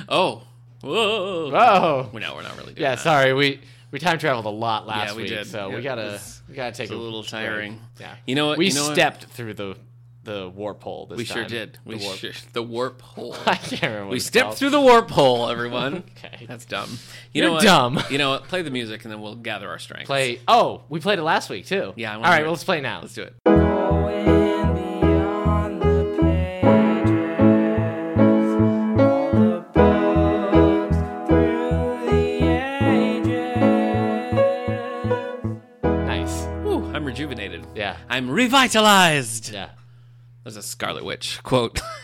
oh whoa Oh. Well, no we're not really [LAUGHS] doing Yeah. that. Sorry, we we time traveled a lot last we week, did. so It we gotta was- we gotta take it's a little break. tiring Yeah. you know what we you know what? stepped through the the warp hole this we time. sure did we the warp. sure the warp hole [LAUGHS] I can't remember. What We it's stepped called. through the warp hole, everyone. [LAUGHS] Okay. That's dumb. You You're know what? dumb. You know what? Play the music and then we'll gather our strength. Play. Oh, we played it last week too. Yeah, I All wanna right. hear Well, it. let's play now. Let's do it. Going beyond the pages, all the books through the ages. Nice. Whew, I'm rejuvenated. Yeah. I'm revitalized. Yeah. There's a Scarlet Witch quote [LAUGHS] [LAUGHS]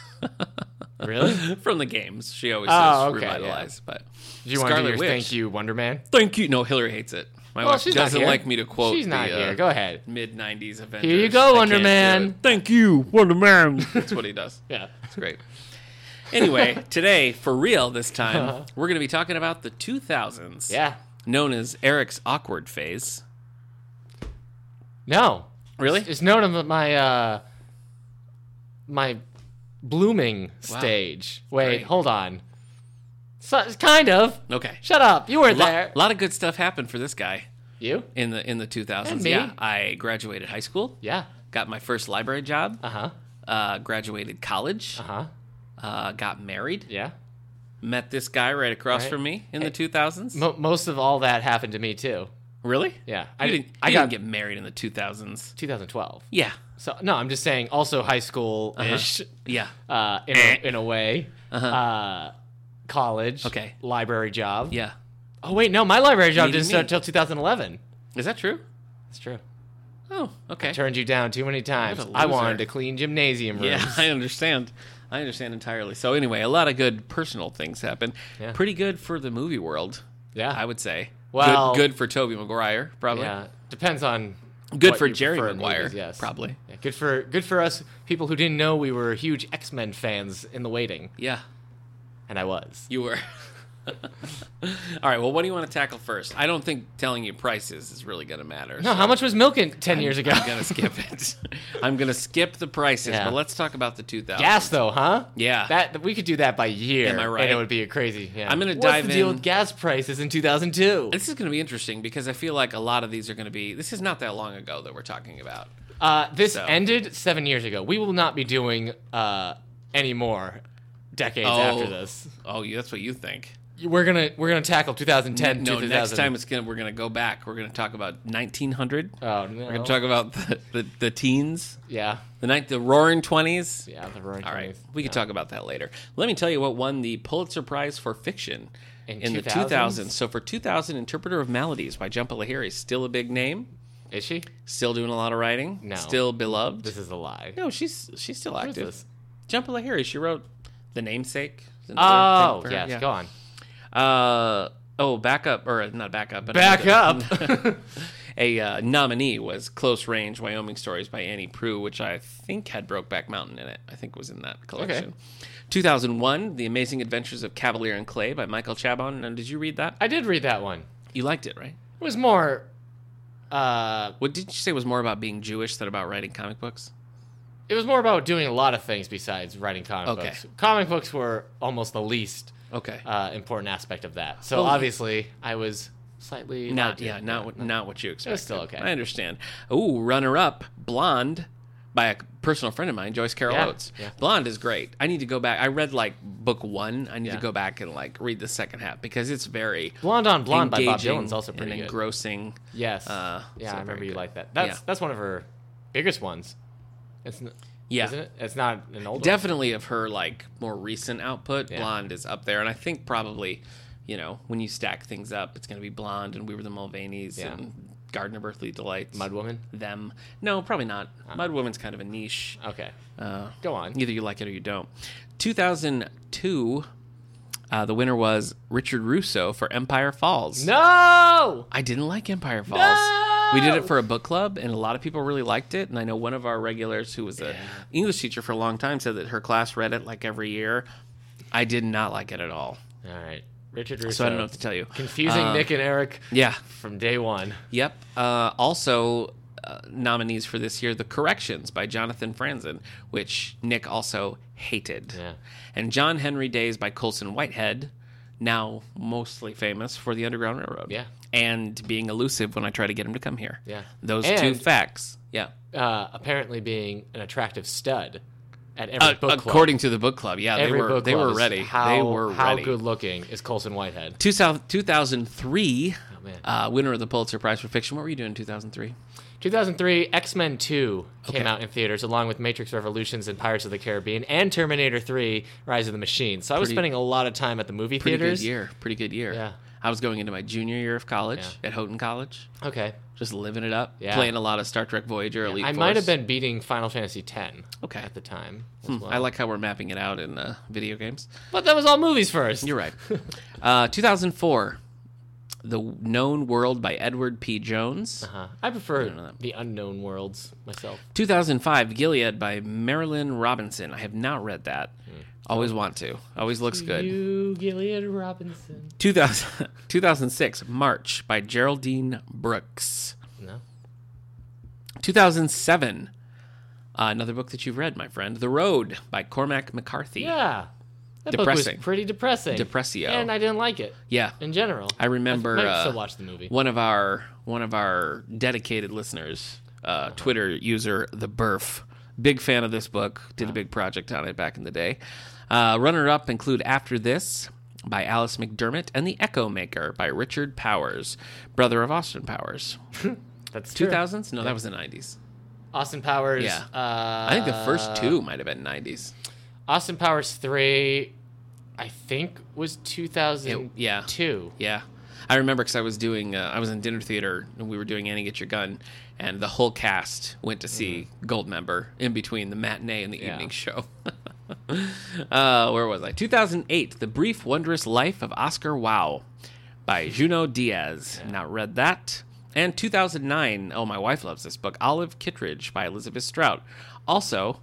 Really? Do from the games. She always Oh, says okay, yeah. revitalized, but you want to do Scarlet your Witch. thank you, Wonder Man? Thank you. No, Hillary hates it. My Well, wife she's not doesn't here. like me to quote. She's not the, uh, here. Go [LAUGHS] ahead. Mid '90s Avengers. Here you go, I Wonder can't do Man. it. Thank you, Wonder Man. [LAUGHS] That's what he does. Yeah. It's great. [LAUGHS] Anyway, today, for real this time, we're going to be talking about the 2000s. Uh-huh. Yeah. Known as Eric's awkward phase. No. Really? It's known as my uh my blooming stage. Wait, Great. hold on. So, kind of. Okay. Shut up. You were A lot, there. lot of good stuff happened for this guy you? in the in the 2000s. And me. Yeah. I graduated high school, Yeah. got my first library job, Uh huh. uh, graduated college, Uh huh. uh, got married, Yeah. met this guy right across Right. from me in the 2000s. Mo- most of all that happened to me too. really? Yeah. I I didn't, I you got didn't get married in the 2000s. 2012. Yeah. So no, I'm just saying. Also high school ish, Yeah. uh in, Eh. a, in a way. uh college. Uh-huh. Okay. Library job. Yeah. Oh wait, no, my library job Meeting didn't start me. till 2011. Is that true? That's true. Oh, okay. Turned you down too many times. What a I loser. wanted to clean gymnasium rooms. Yeah, [LAUGHS] I understand. I understand entirely. So anyway, a lot of good personal things happen. Yeah. Pretty good for the movie world, Yeah. I would say. Well- good, good for Toby Maguire, probably. Yeah. Depends on. Good what for you Jerry prefer in Maguire, movies, yes. probably. Yeah, good for good for us people who didn't know we were huge X Men fans in the waiting, Yeah, and I was. you were. [LAUGHS] All right. Well, what do you want to tackle first? I don't think telling you prices is really going to matter. No, how much was milk in ten years ago? [LAUGHS] I'm gonna skip it. [LAUGHS] I'm gonna skip the prices, Yeah. but let's talk about the 2000s. gas though, huh? Yeah. That we could do that by year. Am I right? And it would be a crazy. Yeah. I'm gonna What's dive the deal in- with gas prices in 2002? This is going to be interesting because I feel like a lot of these are going to be. This is not that long ago that we're talking about. Uh, this So- ended seven years ago. We will not be doing uh, any more decades Oh. after this. Oh, you- that's what you think. We're gonna we're gonna tackle 2010. No, 2000. next time it's gonna we're gonna go back. We're gonna talk about 1900. Oh no. We're gonna talk about the, the, the teens, yeah. the night the Roaring Twenties. Yeah. The roaring All right, 20s. we can talk about that later. Let me tell you what won the Pulitzer Prize for fiction In the 2000s? 2000s. So for 2000, Interpreter of Maladies by Jhumpa Lahiri is still a big name, Is she? still doing a lot of writing, No. still beloved. This is a lie. no, she's she's still What is active. this? Jump Lahiri, she wrote The Namesake. Is another Oh thing for her, yes, yeah. go on. Uh, oh, back up or not back up, but Back up. [LAUGHS] a uh, nominee was Close Range Wyoming Stories by Annie Prue, which I think had Brokeback Mountain in it. I think was in that collection. 2001, The Amazing Adventures of Cavalier and Clay by Michael Chabon. And did you read that? I did read that one. You liked it, right? It was more. Uh, What did you say was more about being Jewish than about writing comic books? it was more about doing a lot of things besides writing comic Okay. books. Comic books were almost the least Okay. uh, important aspect of that. So Well, obviously, I was slightly not larger. yeah, not what not what you expected. still okay. I understand. Ooh, runner up, Blonde, by a personal friend of mine, Joyce Carol Yeah, Oates. yeah. Blonde is great. I need to go back. I read like book one. I need Yeah. to go back and like read the second half because it's very Blonde on Blonde by Bob engaging Dylan's also pretty and good. engrossing. yes. Uh, yeah, so I remember very you good. like that. That's Yeah. that's one of her biggest ones. It's n- Yeah. isn't it? It's not an old one. Definitely of her like more recent output, Yeah. Blonde is up there, and I think probably, you know, when you stack things up, it's going to be Blonde and We Were the Mulvaneys Yeah. and Garden of Earthly Delights, Mudwoman. them. No, probably not. Uh-huh. Mud Woman's kind of a niche. Okay, Uh, go on. Either you like it or you don't. 2002, uh, the winner was Richard Russo for Empire Falls. No. I didn't like Empire Falls. No! We did it for a book club, and a lot of people really liked it. And I know one of our regulars, who was an English teacher for a long time, said that her class read it like every year. I did not like it at all. All right, Richard Russo. So I don't know what to tell you. Confusing Uh, Nick and Eric Yeah. from day one. Yep. Uh, also, uh, nominees for this year The Corrections by Jonathan Franzen, which Nick also hated. Yeah. And John Henry Days by Colson Whitehead, now mostly famous for the Underground Railroad. Yeah. And being elusive when I try to get him to come here. Yeah. Those two And- facts. Yeah. Uh, apparently, being an attractive stud at every Uh, book club. according to the book club. Yeah. every they were, book they club were is ready. How, they were how ready. good looking is Colson Whitehead? 2000 2003, Oh, man. uh, winner of the Pulitzer Prize for Fiction. What were you doing in 2003? 2003, X Men 2 came Okay. out in theaters along with Matrix Revolutions and Pirates of the Caribbean and Terminator 3: Rise of the Machine. So I was Pretty- spending a lot of time at the movie pretty theaters. good year. Pretty good year. Yeah. I was going into my junior year of college Yeah. at Houghton College, Okay, just living it up, Yeah. playing a lot of Star Trek Voyager. Elite I might have Force. been beating Final Fantasy 10 Okay. Hmm. at the time. As well. I like how we're mapping it out in uh, video games. but that was all movies first. [LAUGHS] You're right. uh, 2004, The Known World by Edward P. Jones. Uh-huh. I prefer the unknown worlds myself. 2005, Gilead by Marilyn Robinson. I have not read that. Hmm. Always want to. Always looks good. You, Gilead Robinson. 2000, 2006, March by Geraldine Brooks. No. 2007, uh, another book that you've read, my friend, The Road by Cormac McCarthy. Yeah. That book Depressing. was pretty depressing. Depressio. And I didn't like it Yeah. in general. I remember I might uh, still watch the movie. one of our one of our dedicated listeners, uh, Twitter user the Burf, big fan of this book, did a big project on it back in the day. Uh, runner up include After This by Alice McDermott and The Echo Maker by Richard Powers, brother of Austin Powers. That's Two true. thousands? No, that was the nineties. Austin Powers. Yeah. Uh, I think the first two might have been nineties. Austin Powers 3, I think, was 2002. yeah. Yeah. I remember because I was doing, uh, I was in dinner theater and we were doing Annie Get Your Gun, and the whole cast went to see Goldmember in between the matinee and the Yeah. evening show. [LAUGHS] uh, where was I? 2008, The Brief Wondrous Life of Oscar Wow by Juno Diaz. Not read that. And 2009, oh, my wife loves this book, Olive Kittredge by Elizabeth Strout. Also,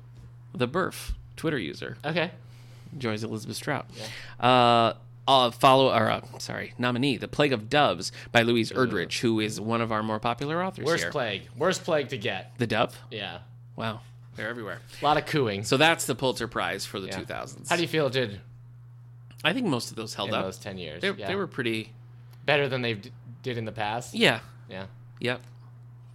The Burf, Twitter user Okay. enjoys Elizabeth Strout. Uh, uh, follow or uh, sorry, nominee, "The Plague of Doves" by Louise Erdrich, who is one of our more popular authors Worst here. plague. Worst plague to get. The dove, Yeah. wow, they're everywhere. A lot of cooing. So that's the Pulitzer Prize for the Yeah. 2000s. How do you feel it did I think most of those held in up. those 10 years? they, yeah. they were pretty. better than they d- did in the past. Yeah. Yeah. Yep.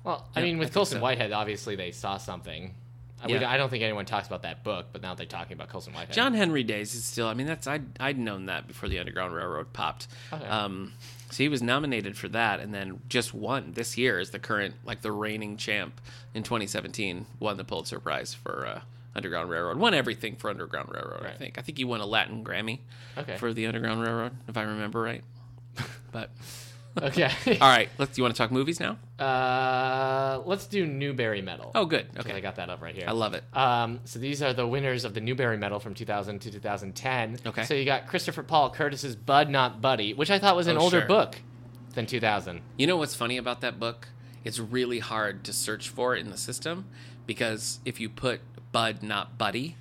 Well, I Yeah, mean, I think with Colson so. Whitehead, obviously they saw something. I, we- Yeah. I don't think anyone talks about that book, but now they're talking about Colson Whitehead. John Henry Days is still. I mean, that's I'd I'd known that before the Underground Railroad popped. Okay. Um, so he was nominated for that, and then just won this year as the current like the reigning champ in 2017. Won the Pulitzer Prize for uh, Underground Railroad. Won everything for Underground Railroad. I Right. think. I think he won a Latin Grammy Okay. for the Underground Railroad, if I remember right. but [LAUGHS] Okay. [LAUGHS] All right, let's. You want to talk movies now? Uh, let's do Newberry Medal. Oh, good. 'cause Okay. I got that up right here. I love it. Um, so these are the winners of the Newbery Medal from 2000 to 2010. Okay. So you got Christopher Paul Curtis's Bud Not Buddy, which I thought was an Oh, older sure. book than 2000. You know what's funny about that book? It's really hard to search for it in the system because if you put bud not buddy,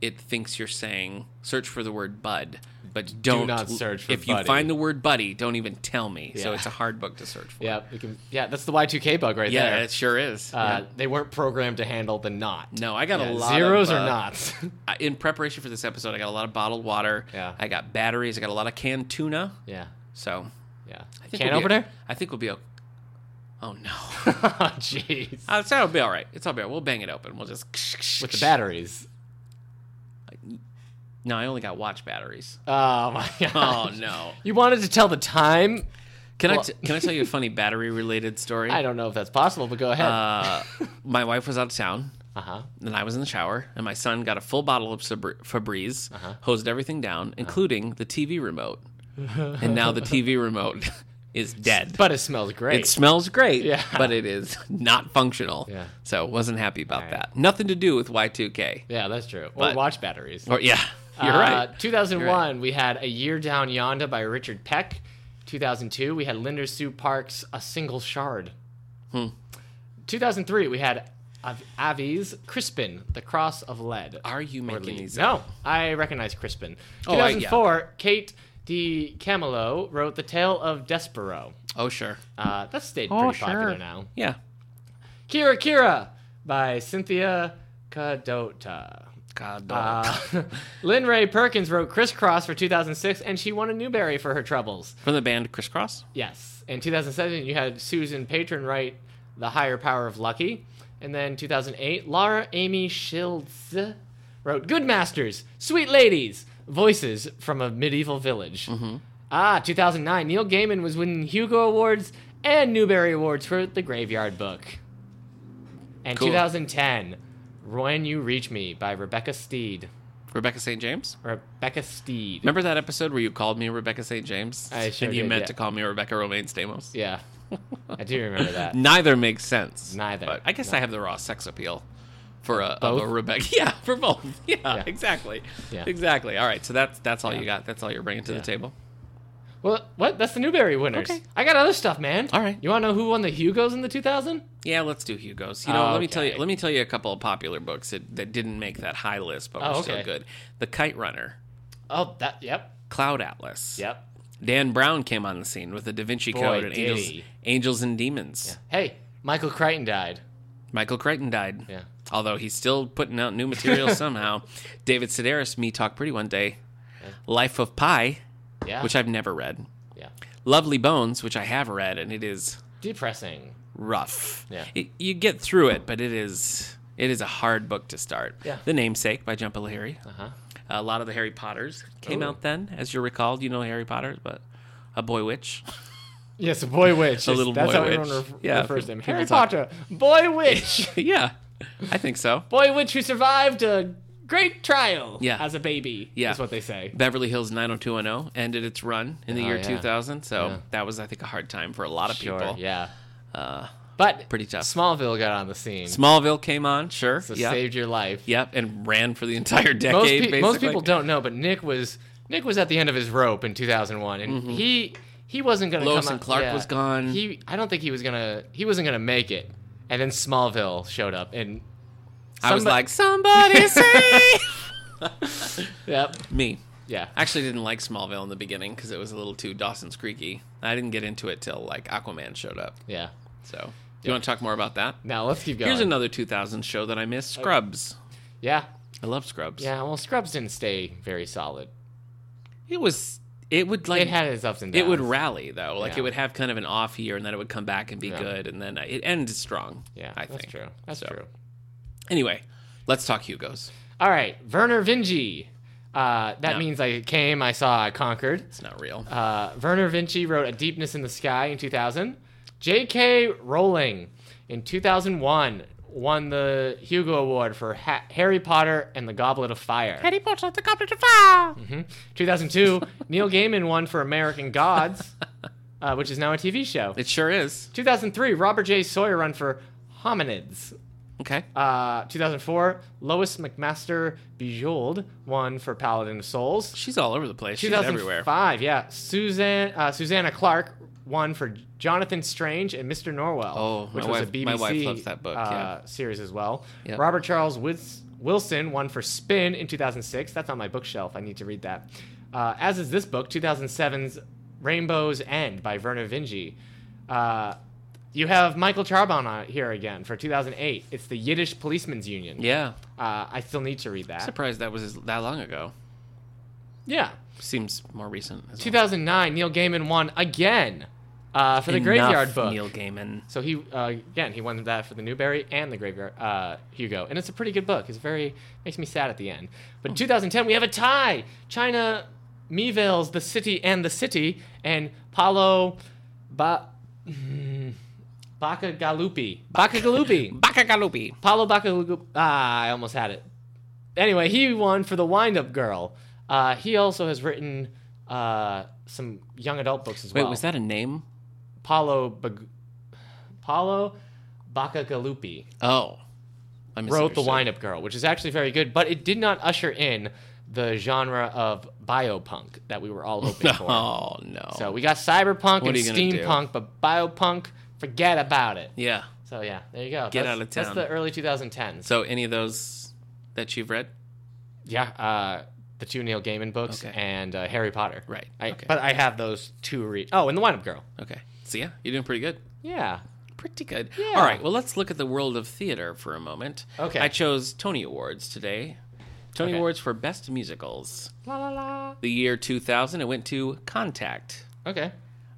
it thinks you're saying search for the word bud, but don't not search for If you buddy. find the word buddy, don't even tell me. So Yeah. it's a hard book to search for. Yeah, you can, yeah, that's the Y2K bug right Yeah, there. it sure is. uh, They weren't programmed to handle the not. no, I got Yeah, a lot zeros of, or uh, [LAUGHS] knots. I- In preparation for this episode, I got a lot of bottled water. Yeah. I got batteries. I got a lot of canned tuna. yeah, So yeah. I think Can we'll be- opener? I think we'll be. o- [LAUGHS] Oh no! [LAUGHS] Jeez. Uh, so it'll be all right. It's all right. We'll bang it open. We'll just With the batteries. No, I only got watch batteries. [LAUGHS] Oh my god. [LAUGHS] Oh no! You wanted to tell the time? Can I Well- t- can I tell you a funny battery related story? I don't know if that's possible, but go ahead. Uh-huh. Uh, my wife was out of town, huh. and I was in the shower, and my son got a full bottle of Sabri- Febreze, Uh-huh. hosed everything down, including the TV remote, [LAUGHS] and now the TV remote [LAUGHS] is dead. But it smells great. It smells great, Yeah. but it is not functional. Yeah. So wasn't happy about All right. that. Nothing to do with Y2K. yeah, that's true. But- or watch batteries. Or yeah, you're Uh, right. 2001, we had A Year Down Yonda by Richard Peck. 2002, we had Linder Sue Parks' A Single Shard. Hmm. 2003, we had Av- Avi's Crispin, The Cross of Lead. Are you making these? up? No, I recognize Crispin. Oh, I- yeah. 2004, Kate DiCamillo wrote The Tale of Despero. Oh sure. Uh, that's stayed Oh, pretty sure. popular now. Yeah. Kira Kira by Cynthia Cadota. [LAUGHS] God. Uh, [LAUGHS] Lynn Ray Perkins wrote Crisscross for 2006, and she won a Newbery for her troubles. From the band Crisscross. Yes. In 2007, you had Susan Patron write The Higher Power of Lucky. And then 2008, Laura Amy Shields wrote Good Masters, Sweet Ladies, Voices from a Medieval Village. Ah, 2009, Neil Gaiman was winning Hugo Awards and Newbery Awards for The Graveyard Book. And Cool. 2010, When You Reach Me by Rebecca Steed. Rebecca St. James. Rebecca Steed. Remember that episode where you called me Rebecca St. James? I sure And you did, meant yeah. to call me Rebecca Romaine Stamos? Yeah, I do remember that. Neither makes sense. Neither. But I guess I have the raw sex appeal for a, of Both? a Rebecca. [LAUGHS] Yeah, for both. Yeah, Yeah. exactly. Yeah. Exactly. All right. So that's that's all you got. That's all you're bringing to the table. Well, what? That's the Newbery winners. Okay. I got other stuff, man. All right. You want to know who won the Hugos in the 2000? Yeah, let's do Hugo's. You know, let me tell you. Oh, Okay. Let me tell you a couple of popular books that, that didn't make that high list, but were Oh, still okay. good. The Kite Runner, Oh, that. Yep. Cloud Atlas. Yep. Dan Brown came on the scene with the Da Vinci Boy, Code and did Angels, he. Angels and Demons. Hey, Michael Crichton died. Michael Crichton died. Yeah. Although he's still putting out [LAUGHS] new material somehow. David Sedaris, Me Talk Pretty One Day. Life of Pi, Yeah. which I've never read. Yeah. Lovely Bones, which I have read, and it is Depressing. rough. Yeah. It- you get through it, but it is it is a hard book to start. Yeah. The Namesake by John Lahiri. Uh-huh. A lot of the Harry Potters came Ooh. out then, as you're recalled. You know Harry Potter, but a boy witch. [LAUGHS] Yes, a boy witch. A little That's boy how witch. everyone ref- Yeah, refers to him. people Harry talk- Potter, boy [LAUGHS] witch, yeah, I think so. boy witch who survived a great trial Yeah. as a baby. Yeah. is what they say. Beverly Hills 90210 ended its run in the Oh, year yeah. 2000, so Yeah. that was, I think, a hard time for a lot of people. Yeah. Uh, But Pretty tough. Smallville got on the scene. Smallville came on, sure. so yeah. saved your life. Yep, and ran for the entire decade. most, pe- basically. most people don't know, but Nick was Nick was at the end of his rope in 2001, and he he wasn't gonna. Mm-hmm. Lois come and out- Clark was gone. He I don't think he was gonna he wasn't gonna make it. And then Smallville showed up, and I was Somebody- [LAUGHS] like, somebody save yep, me. yeah, I actually didn't like Smallville in the beginning because it was a little too Dawson's Creeky. I didn't get into it till like Aquaman showed up. yeah. So, do you want to talk more about that? Now let's keep going. Here's another 2000 show that I missed Scrubs. yeah, I love Scrubs. yeah. Well, Scrubs didn't stay very solid. It was, it would like, It had its ups and downs. It would rally though, like Yeah. it would have kind of an off year, and then it would come back and be Yeah. good, and then it ended strong. Yeah, I that's think. true. That's So. true. Anyway, let's talk Hugo's. All right, Werner Vinge. Uh, that No. means I came, I saw, I conquered. It's not real. Uh, Werner Vinci wrote A Deepness in the Sky in 2000. J.K. Rowling in 2001 won the Hugo Award for ha- Harry Potter and the Goblet of Fire. Harry Potter, the Goblet of Fire. 2002, Neil Gaiman won for American Gods. uh, which is now a TV show. It sure is. 2003, Robert J. Sawyer run for hominids. Okay. Uh, 2004, Lois McMaster Bijold won for Paladin of Souls. She's all over the place. She's everywhere. 2005, yeah. Susan uh, Susanna Clark won for Jonathan Strange and Mr. Norwell, Oh, which my was a wife- BBC my wife loves that book, uh, yeah. series as well. Yep. Robert Charles Wils- Wilson won for Spin in 2006. That's on my bookshelf. I need to read that. Uh, as is this book, 2007's Rainbow's End by Verna Vinge. Uh, you have Michael Charbon on here again for 2008. It's the Yiddish Policemen's Union. Yeah. Uh, I still need to read that. Surprised that was as- that long ago. yeah. Seems more recent. as well. 2009, Neil Gaiman won again uh, for the Enough, Graveyard Book. Neil Gaiman. So he uh, again he won that for the Newbery and the Graveyard uh, Hugo, and it's a pretty good book. It's very makes me sad at the end. Oh. But 2010, we have a tie: China Meville's The City and the City, and Paulo ba- mm, [LAUGHS] Bakagalupi. Bakagalupi. Bakagalupi. Paulo Bacalug- Ah, I almost had it. Anyway, he won for the Wind Up Girl. Uh, he also has written uh, some young adult books as Wait, well. was that a name? Paulo Bag- Paulo Bacagalupi Oh. I Uh, wrote The misunderstood. [LAUGHS] Wind Up Girl, which is actually very good, but it did not usher in the genre of biopunk that we were all hoping [LAUGHS] for. Oh, no. So we got cyberpunk What and are you gonna do? steampunk, but biopunk, forget about it. yeah. So yeah, there you go. Get That's- out of That's town. the early 2010s. So any of those that you've read? Yeah, uh, the two Neil Gaiman books Okay. and uh, Harry Potter. Right, I, okay. But I have those two. Re- oh, and the Wind Up Girl. Okay. So yeah, you're doing pretty good. Yeah. Pretty good. Yeah. All right. Well, let's look at the world of theater for a moment. Okay. I chose Tony Awards today. Tony Okay. Awards for Best Musicals. La la la. The year 2000, it went to Contact. Okay.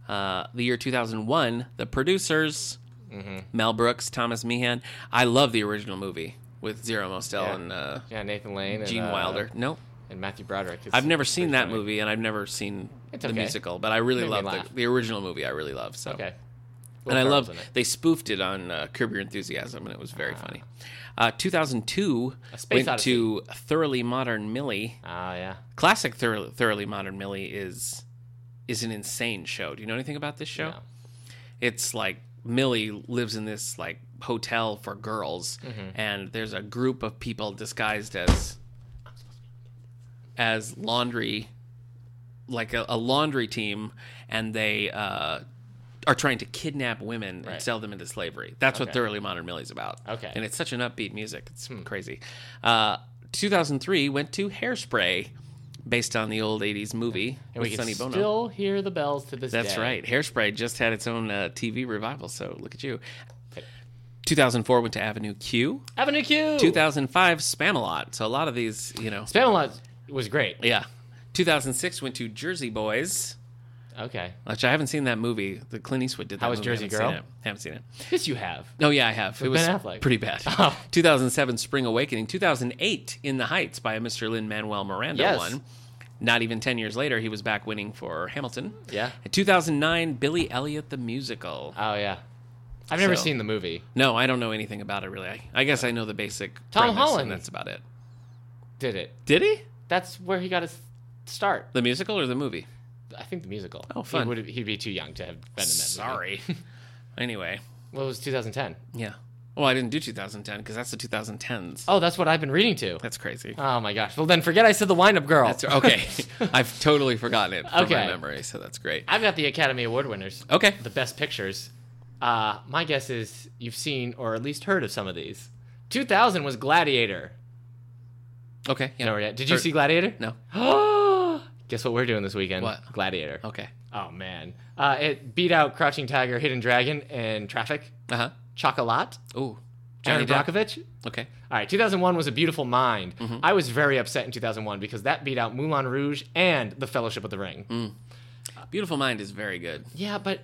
Uh, the year 2001, The Producers, Mm-hmm. Mel Brooks, Thomas Meehan. I love the original movie with Zero Mostel Yeah. and uh, Yeah, Nathan Lane and Gene uh, Wilder. No, and Matthew Broderick. It's- I've never seen it's that funny. movie, and I've never seen It's the okay. musical, but I really Made me love the, laugh. the original movie. I really love so. Okay. and I Ferrell's love in it. Ah. they spoofed it on uh, Curb Your Enthusiasm, and it was very funny. Uh, 2002 A Space went to Thoroughly Modern Millie. Ah, yeah. Classic Thor- Thoroughly Modern Millie is is an insane show. Do you know anything about this show? No. It's like Millie lives in this like hotel for girls, Mm-hmm. and there's a group of people disguised as as laundry, like a, a laundry team, and they uh, are trying to kidnap women Right. and sell them into slavery. That's what Thoroughly Modern Millie's about. Okay. Hmm. and it's such an upbeat music. It's crazy. Uh, 2003 went to Hairspray, based on the old 80s movie And with we can Sonny Bono. still hear the bells to this day. That's right. Hairspray just had its own uh, TV revival, so look at you. 2004 went to Avenue Q. Avenue Q. 2005 Spamalot. So a lot of these, you know. Spamalot was great. Yeah. 2006 went to Jersey Boys, Okay. which I haven't seen that movie. The Clint Eastwood did that. How was movie. I Jersey haven't seen Girl? it. haven't seen it. This you have. Oh yeah, I have. it was Ben Affleck. pretty bad. [LAUGHS] Oh. 2007 Spring Awakening. 2008 In the Heights by Mr. Lin Manuel Miranda Yes. won. Not even 10 years later, he was back winning for Hamilton. Yeah. In 2009 Billy Elliot the Musical. Oh, yeah. I've never So- seen the movie. No, I don't know anything about it really. I guess I know the basic. Tom premise, Holland. And that's about it. Did it. Did he? That's where he got his start. The musical or [LAUGHS] the movie? I think the musical. Oh, fun. He would, he'd be too young to have been in that movie. Sorry. [LAUGHS] anyway, Well, it was 2010. yeah. Well, I didn't do 2010 because that's the 2010s. Oh, that's what I've been reading to. That's crazy. Oh, my gosh. Well, then forget I said the wind up girl. That's okay. [LAUGHS] I've totally forgotten it from Okay. my memory, so that's great. I've got the Academy Award winners. Okay. The best pictures. Uh, my guess is you've seen or at least heard of some of these. 2000 was Gladiator. Okay. Yeah. No, yeah. Did you Heard- see Gladiator? No. No. [GASPS] guess what we're doing this weekend? What? Gladiator. Okay. Oh, man. Uh, it beat out Crouching Tiger, Hidden Dragon, and Traffic. Uh huh. Chocolat. Oh. Aaron Johnny Depp. Brockovich. Okay. All right, 2001 was a beautiful mind. Mm-hmm. I was very upset in 2001 because that beat out Moulin Rouge and The Fellowship of the Ring. Mm. Beautiful Mind is very good. Yeah, but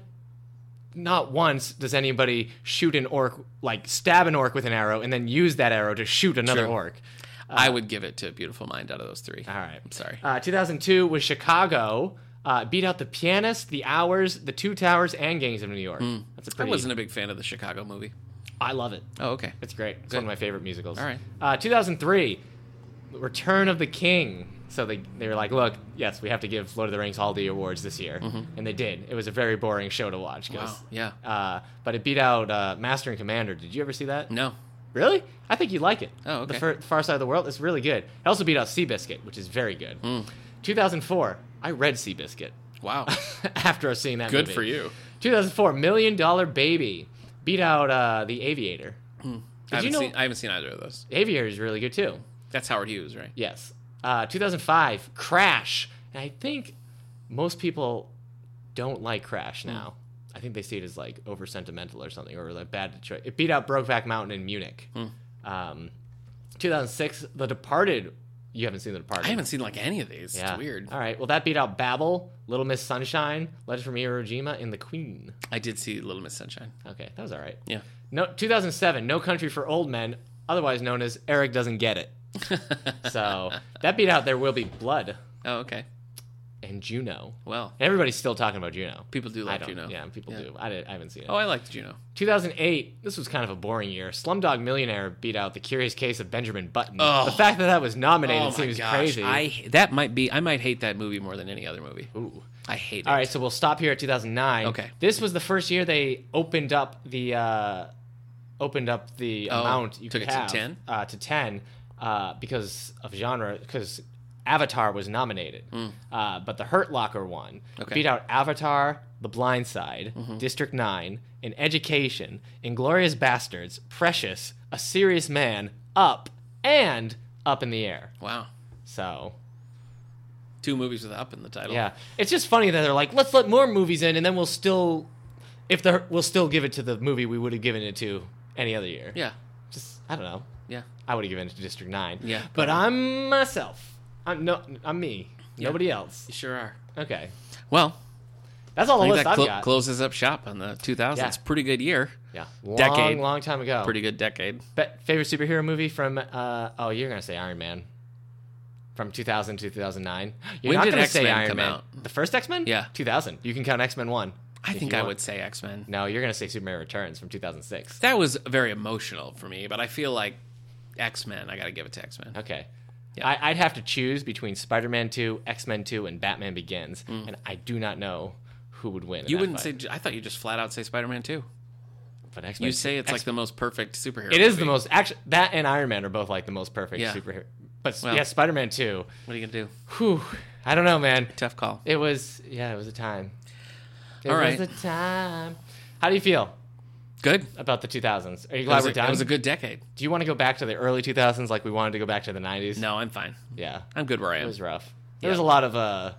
not once does anybody shoot an orc, like stab an orc with an arrow and then use that arrow to shoot another True. orc. I would give it to Beautiful Mind out of those three. Uh, All right. I'm sorry. Uh, 2002 was Chicago. Uh, beat out The Pianist, The Hours, The Two Towers, and Gangs of New York. That's a Mm. I pretty. wasn't a big fan of the Chicago movie. I love it. Oh, okay. It's great. It's Uh, Good. one of my favorite musicals. All right. Uh, 2003, Return of the King. So they, they were like, look, yes, we have to give Lord of the Rings Holiday Awards this year. And they did. It was a very boring show to watch. 'cause, Mm-hmm. Wow, yeah. Uh, but it beat out uh, Master and Commander. Did you ever see that? No. Really? I think you'd like it. Oh, The okay. far, Far Side of the World is really good. It also beat out Seabiscuit, which is very good. Mm. 2004, I read Seabiscuit [LAUGHS] Wow. after I seeing that Good movie. for you. 2004, Million Dollar Baby beat out uh, The Aviator. Hmm. I Did you haven't, know seen, I haven't seen either of those. The Aviator is really good too? That's Howard Hughes, right? Yes. Uh, 2005, Crash. And I think most people don't like Hmm. Crash now. I think they see it as like over sentimental or something, or like bad Detroit. It beat out Brokeback Mountain in Munich. Hmm. Um, 2006, The Departed. You haven't seen The Departed. I haven't seen like any of these. Yeah. It's weird. All right. Well, that beat out Babel, Little Miss Sunshine, Letters from Iwo Jima, and The Queen. I did see Little Miss Sunshine. Okay, that was all right. Yeah. No, 2007, No Country for Old Men, otherwise known as Eric Doesn't Get [LAUGHS] It. so that beat out There Will Be Blood Oh, okay. and Juno. Well, And everybody's still talking about Juno. people do I like don't, Juno. Yeah, people do. I, didn't- I haven't seen it. Oh, I liked Juno. 2008, this was kind of a boring year. Slumdog Millionaire beat out The Curious Case of Benjamin Button. Oh. The fact that that was nominated Oh my seems gosh, crazy. I that might be. I might hate that movie more than any other movie. Ooh. I hate it. All right, so we'll stop here at 2009. Okay. This was the first year they opened up the uh, opened up the Oh, amount you took could it to have, 10? uh, to 10 uh, because of genre because Avatar was nominated, uh, but the Hurt Locker won. Hmm. Okay. Mm-hmm. Beat out Avatar, The Blind Side, District Nine, In Education, Inglorious Bastards, Precious, A Serious Man, Up, and Up in the Air. Wow. So Two movies with up in the title. yeah, it's just funny that they're like, let's let more movies in, and then we'll still, if the we'll still give it to the movie we would have given it to any other year. Yeah. just I don't know. Yeah. I would have given it to District Nine. Yeah, but I'm myself. I'm no, I'm me. Nobody else. You sure are. Okay, Well, that's all the I think list that I've clo- got. closes up shop on the 2000s. Yeah. Pretty good year. yeah, decade. long, long time ago. Pretty good decade. But favorite superhero movie from? Uh, oh, you're gonna say Iron Man. From 2000 to 2009. [GASPS] You're When not did gonna say X-Men Iron come Man. out? The first X Men? Yeah. 2000. You can count X Men One. I if think you I want. would say X Men. No, you're gonna say Superman Returns from 2006. That was very emotional for me, but I feel like X Men. I got to give it to X Men. Okay. Yeah. I, I'd have to choose between Spider Man 2, X Men 2, and Batman Begins, and I do not know who would win. in Mm. You that wouldn't say. fight. I thought you just flat out say Spider Man too. but X Men. You say it's like the most perfect superhero. it is movie. the most actually that and Iron Man are both like the most perfect Yeah. superhero. But s- Well- yeah, Spider Man 2. What are you gonna do? Whew, I don't know, man. Tough call. It was yeah, it was a time. It All was right. a time. How do you feel Good. about the 2000s? Are you That glad was, we're a, that done? was a good decade. do you want to go back to the early 2000s like we wanted to go back to the 90s? No, I'm fine. Yeah. I'm good where I It am. was rough. There was a Um, Yeah. lot of uh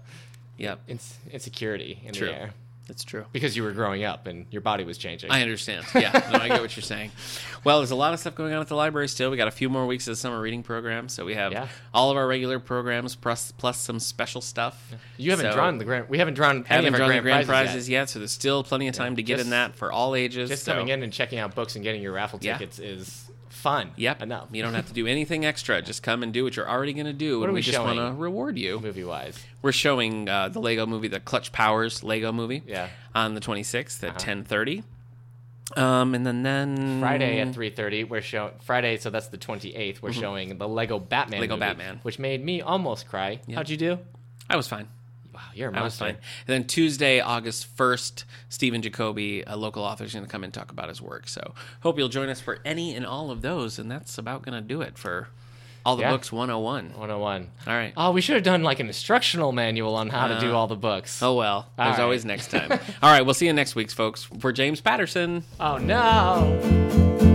Yep. ins- insecurity in True. the air. That's true. because you were growing up and your body was changing. I understand. Yeah, no, I get what you're saying. Well, there's a lot of stuff going on at the library still. We got a few more weeks of the summer reading program, so we have Yeah. all of our regular programs plus plus some special stuff. you haven't So- drawn the grand. We haven't drawn any haven't of our drawn grand, the grand prizes, prizes, yet. yet. so there's still plenty of time to get just- in that for all ages. Just so- coming in and checking out books and getting your raffle Yeah. tickets is fun. Yep. Enough. You don't [LAUGHS] have to do anything extra. Just come and do what you're already going to do. and are we, we just showing? want to reward you. Movie wise, We're showing uh, the Lego movie, the Clutch Powers Lego movie, Yeah. Uh-huh. on the 26th at 10:30. Um, and then then Friday Mm. at three thirty, we're showing Friday. So that's the twenty eighth. We're showing the Lego Batman. Mm-hmm. Lego movie, Batman. which made me almost cry. How'd you do? I was fine. Wow, you're a I was monster. fine. And then Tuesday, August 1st, Stephen Jacoby, a local author, is going to come and talk about his work. So hope you'll join us for any and all of those. And that's about going to do it for all the Yeah. books 101. One hundred one. All right. Oh, we should have done like an instructional manual on how to do Uh, all the books. Oh, well. All There's right. always next time. all right. We'll see you next week, folks. For James Patterson. oh no.